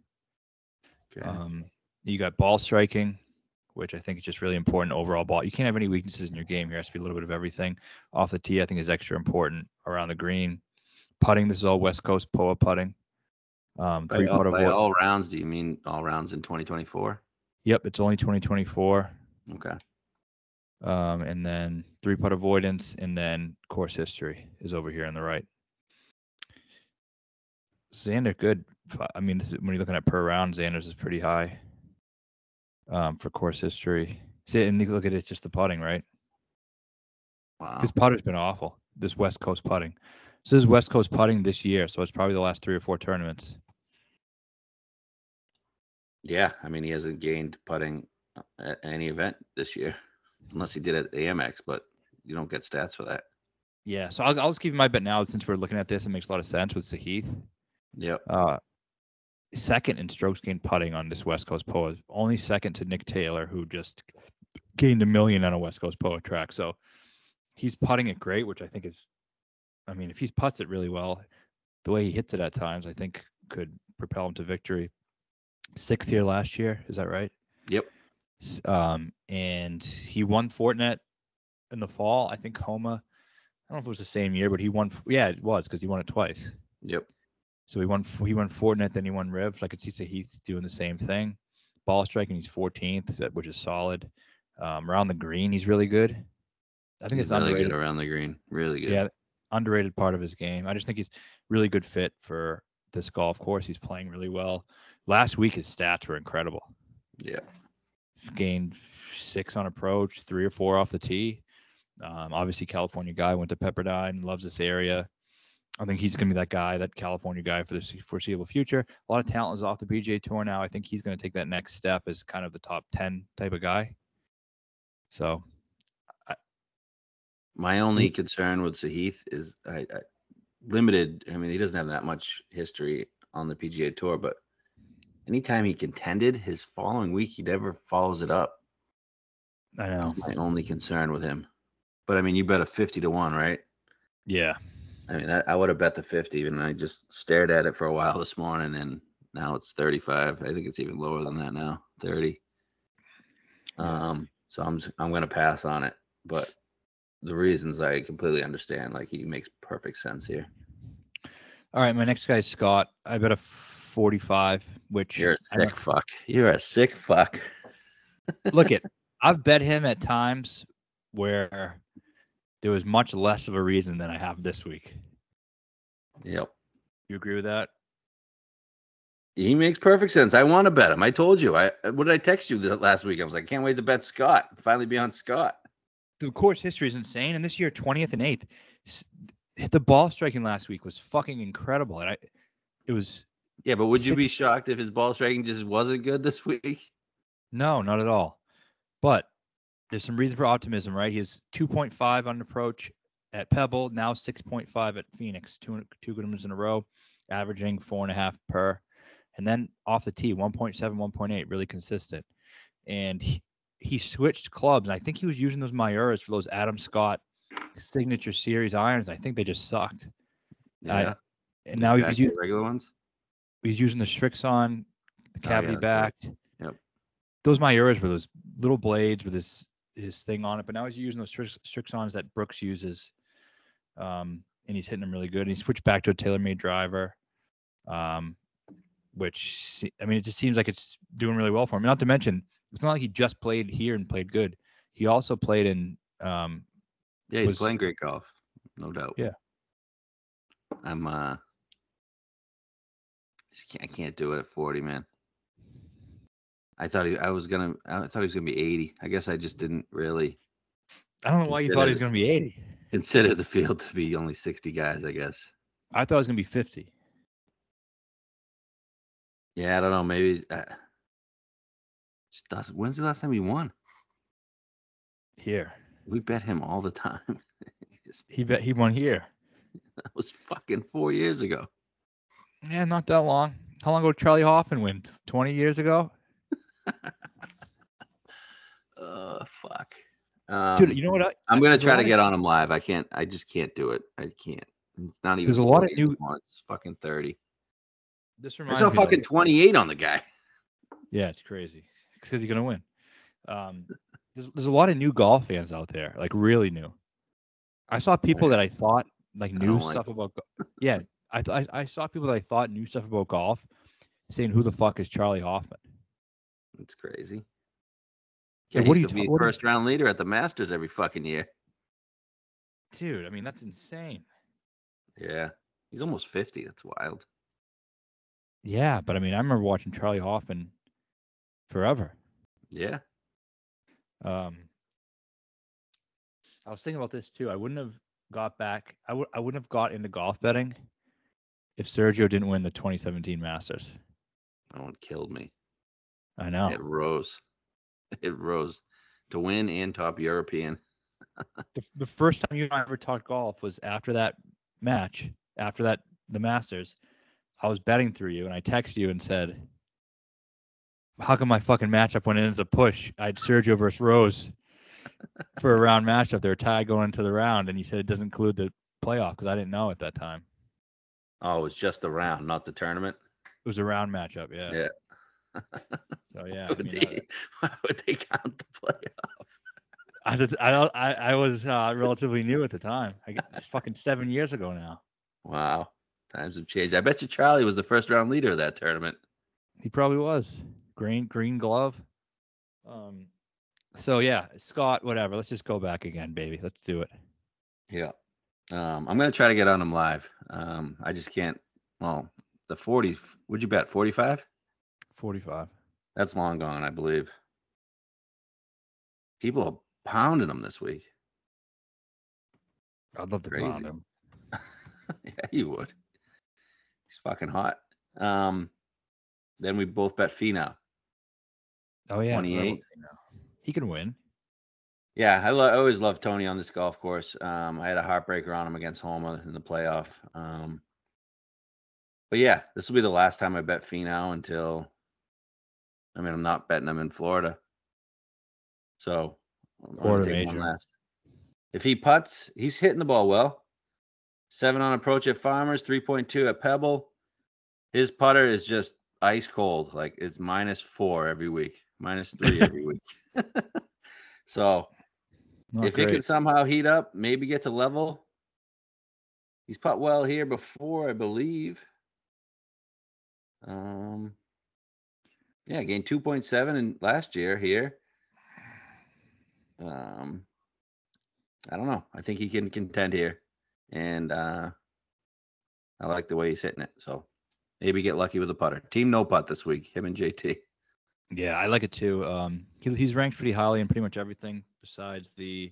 Speaker 3: Okay.
Speaker 2: Uh-huh. Um, you got ball striking, which I think is just really important overall ball. You can't have any weaknesses in your game. Here has to be a little bit of everything. Off the tee, I think is extra important around the green. Putting, this is all West Coast POA putting. Um,
Speaker 3: By,
Speaker 2: three
Speaker 3: all,
Speaker 2: putt
Speaker 3: by
Speaker 2: avoid.
Speaker 3: all rounds, do you mean all rounds in 2024?
Speaker 2: Yep, it's only 2024.
Speaker 3: Okay.
Speaker 2: Um, and then three putt avoidance, and then course history is over here on the right. Xander, good. fi- I mean, this is, when you're looking at per round, Xander's is pretty high um, for course history. See, and you look at it, it's just the putting, right?
Speaker 3: Wow.
Speaker 2: His putter's been awful. This West Coast putting. So this is West Coast putting this year. So it's probably the last three or four tournaments.
Speaker 3: Yeah, I mean he hasn't gained putting uh, at any event this year, unless he did at Amex, but you don't get stats for that.
Speaker 2: Yeah. So I'll, I'll just give you my bet now since we're looking at this. It makes a lot of sense with Sahith.
Speaker 3: Yep.
Speaker 2: Uh, second in strokes gained putting on this West Coast POA. Only second to Nick Taylor, who just gained a million on a West Coast POA track. So he's putting it great, which I think is, I mean, if he puts it really well, the way he hits it at times, I think could propel him to victory. Sixth here last year. Is that right?
Speaker 3: Yep.
Speaker 2: S- Um, and he won Fortinet in the fall. I think Homa, I don't know if it was the same year, but he won. f- Yeah, it was because he won it twice.
Speaker 3: Yep.
Speaker 2: So he won f- he won Fortinet, then he won Riv. So I could see Sahith doing the same thing. Ball striking, he's 14th, that- which is solid. Um, around the green, he's really good. I think it's
Speaker 3: He's really
Speaker 2: underrated.
Speaker 3: good around the green. Really good.
Speaker 2: Yeah, underrated part of his game. I just think he's really good fit for this golf course. He's playing really well. Last week, his stats were incredible.
Speaker 3: Yeah.
Speaker 2: Gained six on approach, three or four off the tee. Um, obviously, California guy went to Pepperdine, loves this area. I think he's going to be that guy, that California guy for the se- foreseeable future. A lot of talent is off the PGA Tour now. I think he's going to take that next step as kind of the top 10 type of guy. So,
Speaker 3: My only concern with Sahith is I, I limited. I mean, he doesn't have that much history on the PGA Tour, but anytime he contended, his following week he never follows it up.
Speaker 2: I know.
Speaker 3: That's my only concern with him. But I mean, you bet a fifty to one, right?
Speaker 2: Yeah.
Speaker 3: I mean, I, I would have bet the 50, and I just stared at it for a while this morning, and now it's 35. I think it's even lower than that now, 30. Um, so I'm s- I'm gonna pass on it, but the reasons I completely understand. Like he makes perfect sense here.
Speaker 2: All right, my next guy is Scott. I bet a 45, which
Speaker 3: You're
Speaker 2: I
Speaker 3: a sick fuck. You're a sick fuck.
Speaker 2: don't- look it. I've bet him at times where there was much less of a reason than I have this week.
Speaker 3: Yep.
Speaker 2: You agree with that?
Speaker 3: He makes perfect sense. I want to bet him. I told you. I what did I text you the last week? I was like, can't wait to bet Scott. Finally be on Scott.
Speaker 2: The course history is insane, and this year 20th and 8th. S- The ball striking last week was fucking incredible, and I it was
Speaker 3: Yeah, but would you be
Speaker 2: Six-
Speaker 3: shocked if his ball striking just wasn't good this week?
Speaker 2: no, not at all. But there's some reason for optimism, right? He has 2.5 on approach at Pebble, now 6.5 at Phoenix, two two good ones in a row, averaging four and a half per, and then off the tee, 1.7, 1.8, really consistent. And he, he switched clubs, and I think he was using those Myuras for those Adam Scott signature series irons. I think they just sucked. I- And now
Speaker 3: Back
Speaker 2: he's,
Speaker 3: to
Speaker 2: u-
Speaker 3: the regular ones.
Speaker 2: he's using the Strixon, the
Speaker 3: Oh, yeah,
Speaker 2: cavity
Speaker 3: that's right.
Speaker 2: backed.
Speaker 3: Yep.
Speaker 2: Those Myuras were those little blades with his his thing on it, but now he's using those Strix, Strixons that Brooks uses, um, and he's hitting them really good. And he switched back to a TaylorMade driver, um, which se- I mean, it just seems like it's doing really well for him. Not to mention, it's not like he just played here and played good. He also played in um,
Speaker 3: Yeah, he's
Speaker 2: was-
Speaker 3: playing great golf, no doubt.
Speaker 2: Yeah.
Speaker 3: I'm uh just can't, I can't do it at 40, man. I thought he, I was gonna I thought he was gonna be 80. I guess I just didn't really
Speaker 2: I don't know why you thought he was going to be eighty.
Speaker 3: consider the field to be only 60 guys, I guess.
Speaker 2: I thought it was going to be fifty.
Speaker 3: Yeah, I don't know, maybe uh, just doesn't, when's the last time he won?
Speaker 2: Here,
Speaker 3: We bet him all the time. Just-
Speaker 2: he bet he won here.
Speaker 3: that was fucking four years ago.
Speaker 2: Yeah, not that long. How long ago did Charlie Hoffman win? Twenty years ago,
Speaker 3: Uh fuck. Um,
Speaker 2: dude. You know what? I,
Speaker 3: I'm gonna
Speaker 2: there's a
Speaker 3: try
Speaker 2: lot
Speaker 3: to
Speaker 2: of-
Speaker 3: get on him live. I can't. I just can't do it. I can't. It's not even.
Speaker 2: There's a lot of
Speaker 3: 40
Speaker 2: new-
Speaker 3: anymore, It's fucking thirty.
Speaker 2: This
Speaker 3: I
Speaker 2: reminds
Speaker 3: saw
Speaker 2: me. like-
Speaker 3: fucking 28 on the guy.
Speaker 2: yeah, it's crazy because he's gonna win. Um, there's, there's a lot of new golf fans out there, like really new. I saw people that I thought like
Speaker 3: I
Speaker 2: knew
Speaker 3: don't like
Speaker 2: stuff about. go- Yeah, I, th- I I saw people that I thought knew stuff about golf, saying, "Who the fuck is Charlie Hoffman?"
Speaker 3: It's crazy.
Speaker 2: Yeah,
Speaker 3: Yeah,
Speaker 2: what are
Speaker 3: he used to
Speaker 2: you
Speaker 3: be
Speaker 2: ta- what are you-
Speaker 3: first round leader at the Masters every fucking year.
Speaker 2: Dude, I mean that's insane.
Speaker 3: Yeah, he's almost fifty. That's wild.
Speaker 2: Yeah, but I mean I remember watching Charlie Hoffman forever.
Speaker 3: Yeah,
Speaker 2: Um, I was thinking about this too. I wouldn't have got back. I would. I wouldn't have got into golf betting if Sergio didn't win the 2017 Masters.
Speaker 3: that one killed me.
Speaker 2: I know.
Speaker 3: It rose. It rose to win and top European.
Speaker 2: The, the first time you and I ever talked golf was after that match, after that the Masters. I was betting through you, and I texted you and said, "How come my fucking matchup went in as a push? I had Sergio versus Rose for a round matchup. They're tied going into the round, and you said it doesn't include the playoff because I didn't know at that time."
Speaker 3: Oh, it's just the round, not the tournament.
Speaker 2: It was a round matchup, yeah.
Speaker 3: Yeah. Oh,
Speaker 2: So yeah,
Speaker 3: Why
Speaker 2: I,
Speaker 3: would,
Speaker 2: mean,
Speaker 3: they, why would they count the playoff?
Speaker 2: I, I, just- I, don't- I, I was uh, relatively new at the time. I guess it's fucking seven years ago now.
Speaker 3: Wow, times have changed. I bet you Charlie was the first round leader of that tournament.
Speaker 2: He probably was green green glove. Um, so yeah, Scott, whatever. Let's just go back again, baby. Let's do it.
Speaker 3: Yeah. Um, I'm gonna try to get on him live. Um, I just can't. Well, the 40. Would you bet 45?
Speaker 2: Forty-five.
Speaker 3: That's long gone, I believe. People are pounding him this week.
Speaker 2: I'd love to
Speaker 3: Crazy.
Speaker 2: pound him.
Speaker 3: yeah, you would. He's fucking hot. Um, then we both bet Fina.
Speaker 2: Oh yeah,
Speaker 3: 28.
Speaker 2: He can win.
Speaker 3: Yeah, I, lo- I always loved Tony on this golf course. Um, I had a heartbreaker on him against Homa in the playoff. Um, but yeah, this will be the last time I bet Finau until. I mean, I'm not betting him in Florida, so I'm gonna
Speaker 2: Quarter
Speaker 3: take one
Speaker 2: major.
Speaker 3: last. If he puts, he's hitting the ball well. Seven on approach at Farmers, three point two at Pebble. His putter is just ice cold. Like it's minus four every week, minus three every week. so
Speaker 2: Not
Speaker 3: if
Speaker 2: great.
Speaker 3: he could somehow heat up, maybe get to level. He's putt well here before, I believe. Um, yeah, gained two point seven in last year here. Um, I don't know. I think he can contend here, and uh, I like the way he's hitting it. So maybe get lucky with a putter. Team no putt this week. Him and JT.
Speaker 2: Yeah, I like it too. Um, he, he's ranked pretty highly in pretty much everything besides the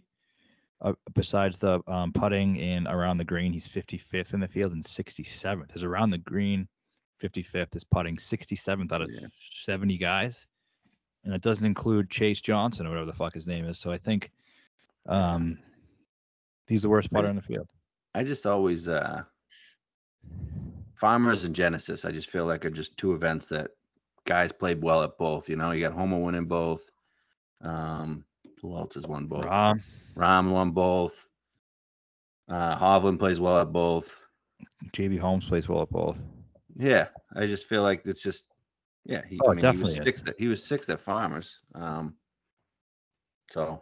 Speaker 2: uh, besides the um, putting and around the green. He's 55th in the field and 67th. His around the green 55th is putting 67th out of
Speaker 3: Yeah.
Speaker 2: 70 guys, and that doesn't include Chase Johnson or whatever the fuck his name is. So I think um, he's the worst putter in the field.
Speaker 3: I just always uh Farmers and Genesis, I just feel like are just two events that guys played well at both. You know, you got Homer winning both. Um, who else has won both?
Speaker 2: Um,
Speaker 3: Rom won both. Uh Hovland plays well at both.
Speaker 2: JB Holmes plays well at both.
Speaker 3: Yeah. I just feel like it's just yeah, he,
Speaker 2: Oh,
Speaker 3: I
Speaker 2: it
Speaker 3: mean, he
Speaker 2: definitely
Speaker 3: was
Speaker 2: is.
Speaker 3: sixth at he was sixth at Farmers. Um so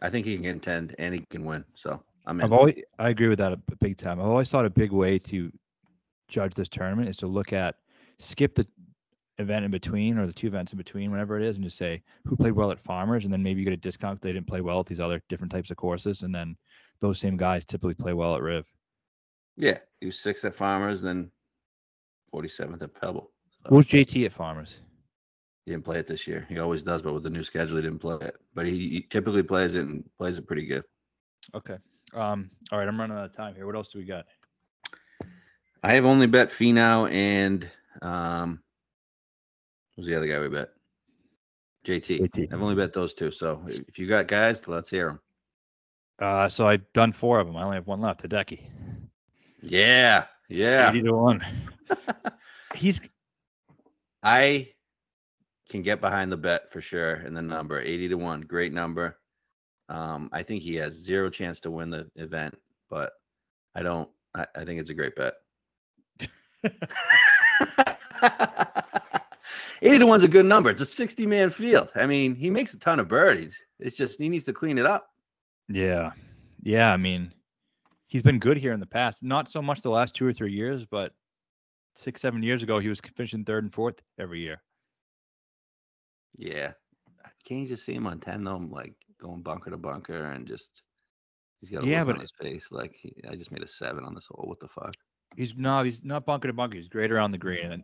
Speaker 3: I think he can contend and he can win. So I'm in.
Speaker 2: I've always I agree with that a b- big time. I've always thought a big way to judge this tournament is to look at skip the event in between or the two events in between, whenever it is, and just say who played well at Farmers, and then maybe you get a discount. if They didn't play well at these other different types of courses, and then those same guys typically play well at Riv.
Speaker 3: Yeah, he was sixth at Farmers, then 47th at Pebble.
Speaker 2: What was JT at Farmers?
Speaker 3: He didn't play it this year. He always does, but with the new schedule, he didn't play it. But he, he typically plays it and plays it pretty good.
Speaker 2: Okay. Um. All right. I'm running out of time here. What else do we got?
Speaker 3: I have only bet Finau and um, who's the other guy we bet? JT.
Speaker 2: JT.
Speaker 3: I've only bet those two. So if you got guys, let's hear them.
Speaker 2: Uh. So I've done four of them. I only have one left. Hideki.
Speaker 3: Yeah, yeah.
Speaker 2: Eighty to one. He's
Speaker 3: I can get behind the bet for sure and the number 80 to 1 great number um i think he has zero chance to win the event but i don't i, I think it's a great bet 80 to one's a good number. It's a 60 man field. I mean, he makes a ton of birdies. It's just he needs to clean it up.
Speaker 2: Yeah. Yeah. I mean, he's been good here in the past. Not so much the last two or three years, but six, seven years ago, he was finishing third and fourth every year.
Speaker 3: Yeah. Can't you just see him on 10 though? Like going bunker to bunker and just he's got a
Speaker 2: Yeah,
Speaker 3: look
Speaker 2: but-
Speaker 3: on his face. Like he, I just made a seven on this hole. What the fuck?
Speaker 2: He's no, he's not bunker to bunker. He's great around the green. And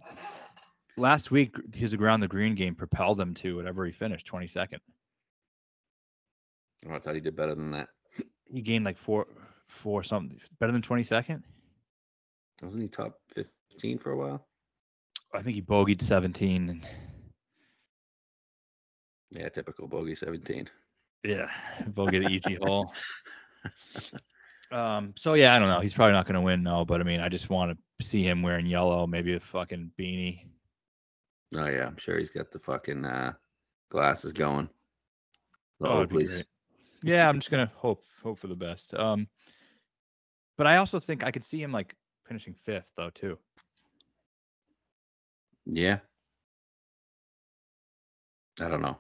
Speaker 2: last week, his around the green game propelled him to whatever he finished, twenty second.
Speaker 3: Oh, I thought he did better than that.
Speaker 2: He gained like four, four something better than twenty second.
Speaker 3: Wasn't he top 15 for a while?
Speaker 2: I think he bogeyed seventeen. And
Speaker 3: Yeah, typical bogey 17.
Speaker 2: yeah, bogey the easy hole. Um. So yeah, I don't know. He's probably not going to win, no. But I mean, I just want to see him wearing yellow, maybe a fucking beanie.
Speaker 3: Oh yeah, I'm sure he's got the fucking uh, glasses going. The
Speaker 2: Oh, it'd be
Speaker 3: Oakleys.
Speaker 2: great. Yeah, I'm just gonna hope hope for the best. Um, but I also think I could see him like finishing fifth though too.
Speaker 3: Yeah. I don't know.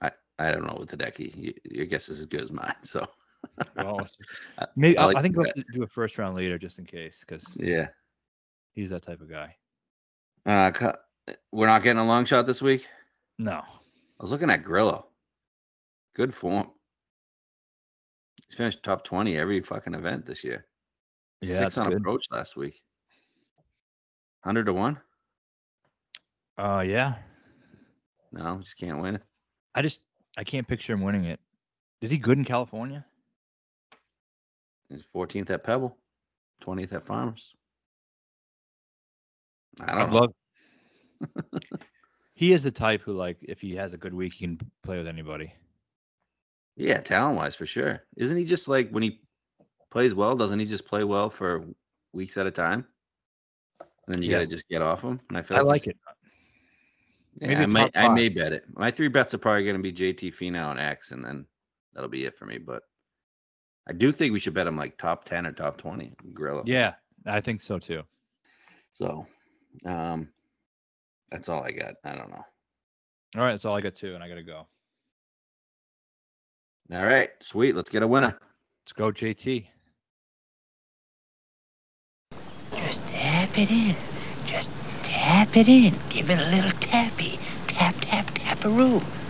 Speaker 3: I I don't know with the decky. Y your guess is as good as mine. So
Speaker 2: Well, let's-
Speaker 3: I-
Speaker 2: maybe
Speaker 3: I
Speaker 2: I,
Speaker 3: like
Speaker 2: I think
Speaker 3: the
Speaker 2: we'll have to do a first round leader just in case because
Speaker 3: yeah,
Speaker 2: he's that type of guy.
Speaker 3: uh, cu- we're not getting a long shot this week.
Speaker 2: No,
Speaker 3: I was looking at Grillo. Good form. He's finished top twenty every fucking event this year.
Speaker 2: yeah,
Speaker 3: Six
Speaker 2: that's
Speaker 3: on
Speaker 2: good.
Speaker 3: approach last week. Hundred to one.
Speaker 2: Uh, yeah.
Speaker 3: No, just can't win.
Speaker 2: I just I can't picture him winning it. Is he good in California?
Speaker 3: He's 14th at Pebble, 20th at Farmers. I don't
Speaker 2: I'd
Speaker 3: know.
Speaker 2: love. he is the type who like if he has a good week, he can play with anybody.
Speaker 3: yeah, talent wise for sure. Isn't he just like when he plays well, doesn't he just play well for weeks at a time? And then you
Speaker 2: Yeah.
Speaker 3: got to just get off him. And I feel
Speaker 2: I like it.
Speaker 3: Yeah,
Speaker 2: Maybe
Speaker 3: I, may,
Speaker 2: top
Speaker 3: I
Speaker 2: five.
Speaker 3: may bet it. My three bets are probably going to be JT Finau and X, and then that'll be it for me. But I do think we should bet him like top 10 or top 20, Grillo.
Speaker 2: Yeah, I think so too.
Speaker 3: So um, that's all I got. I don't know.
Speaker 2: All right, that's all I got too, and I gotta go.
Speaker 3: All right. Sweet. Let's get a winner.
Speaker 2: Let's go, JT.
Speaker 1: Just tap it in. Just tap it in. Give it a little tappy. Tap, tap, tap a roo.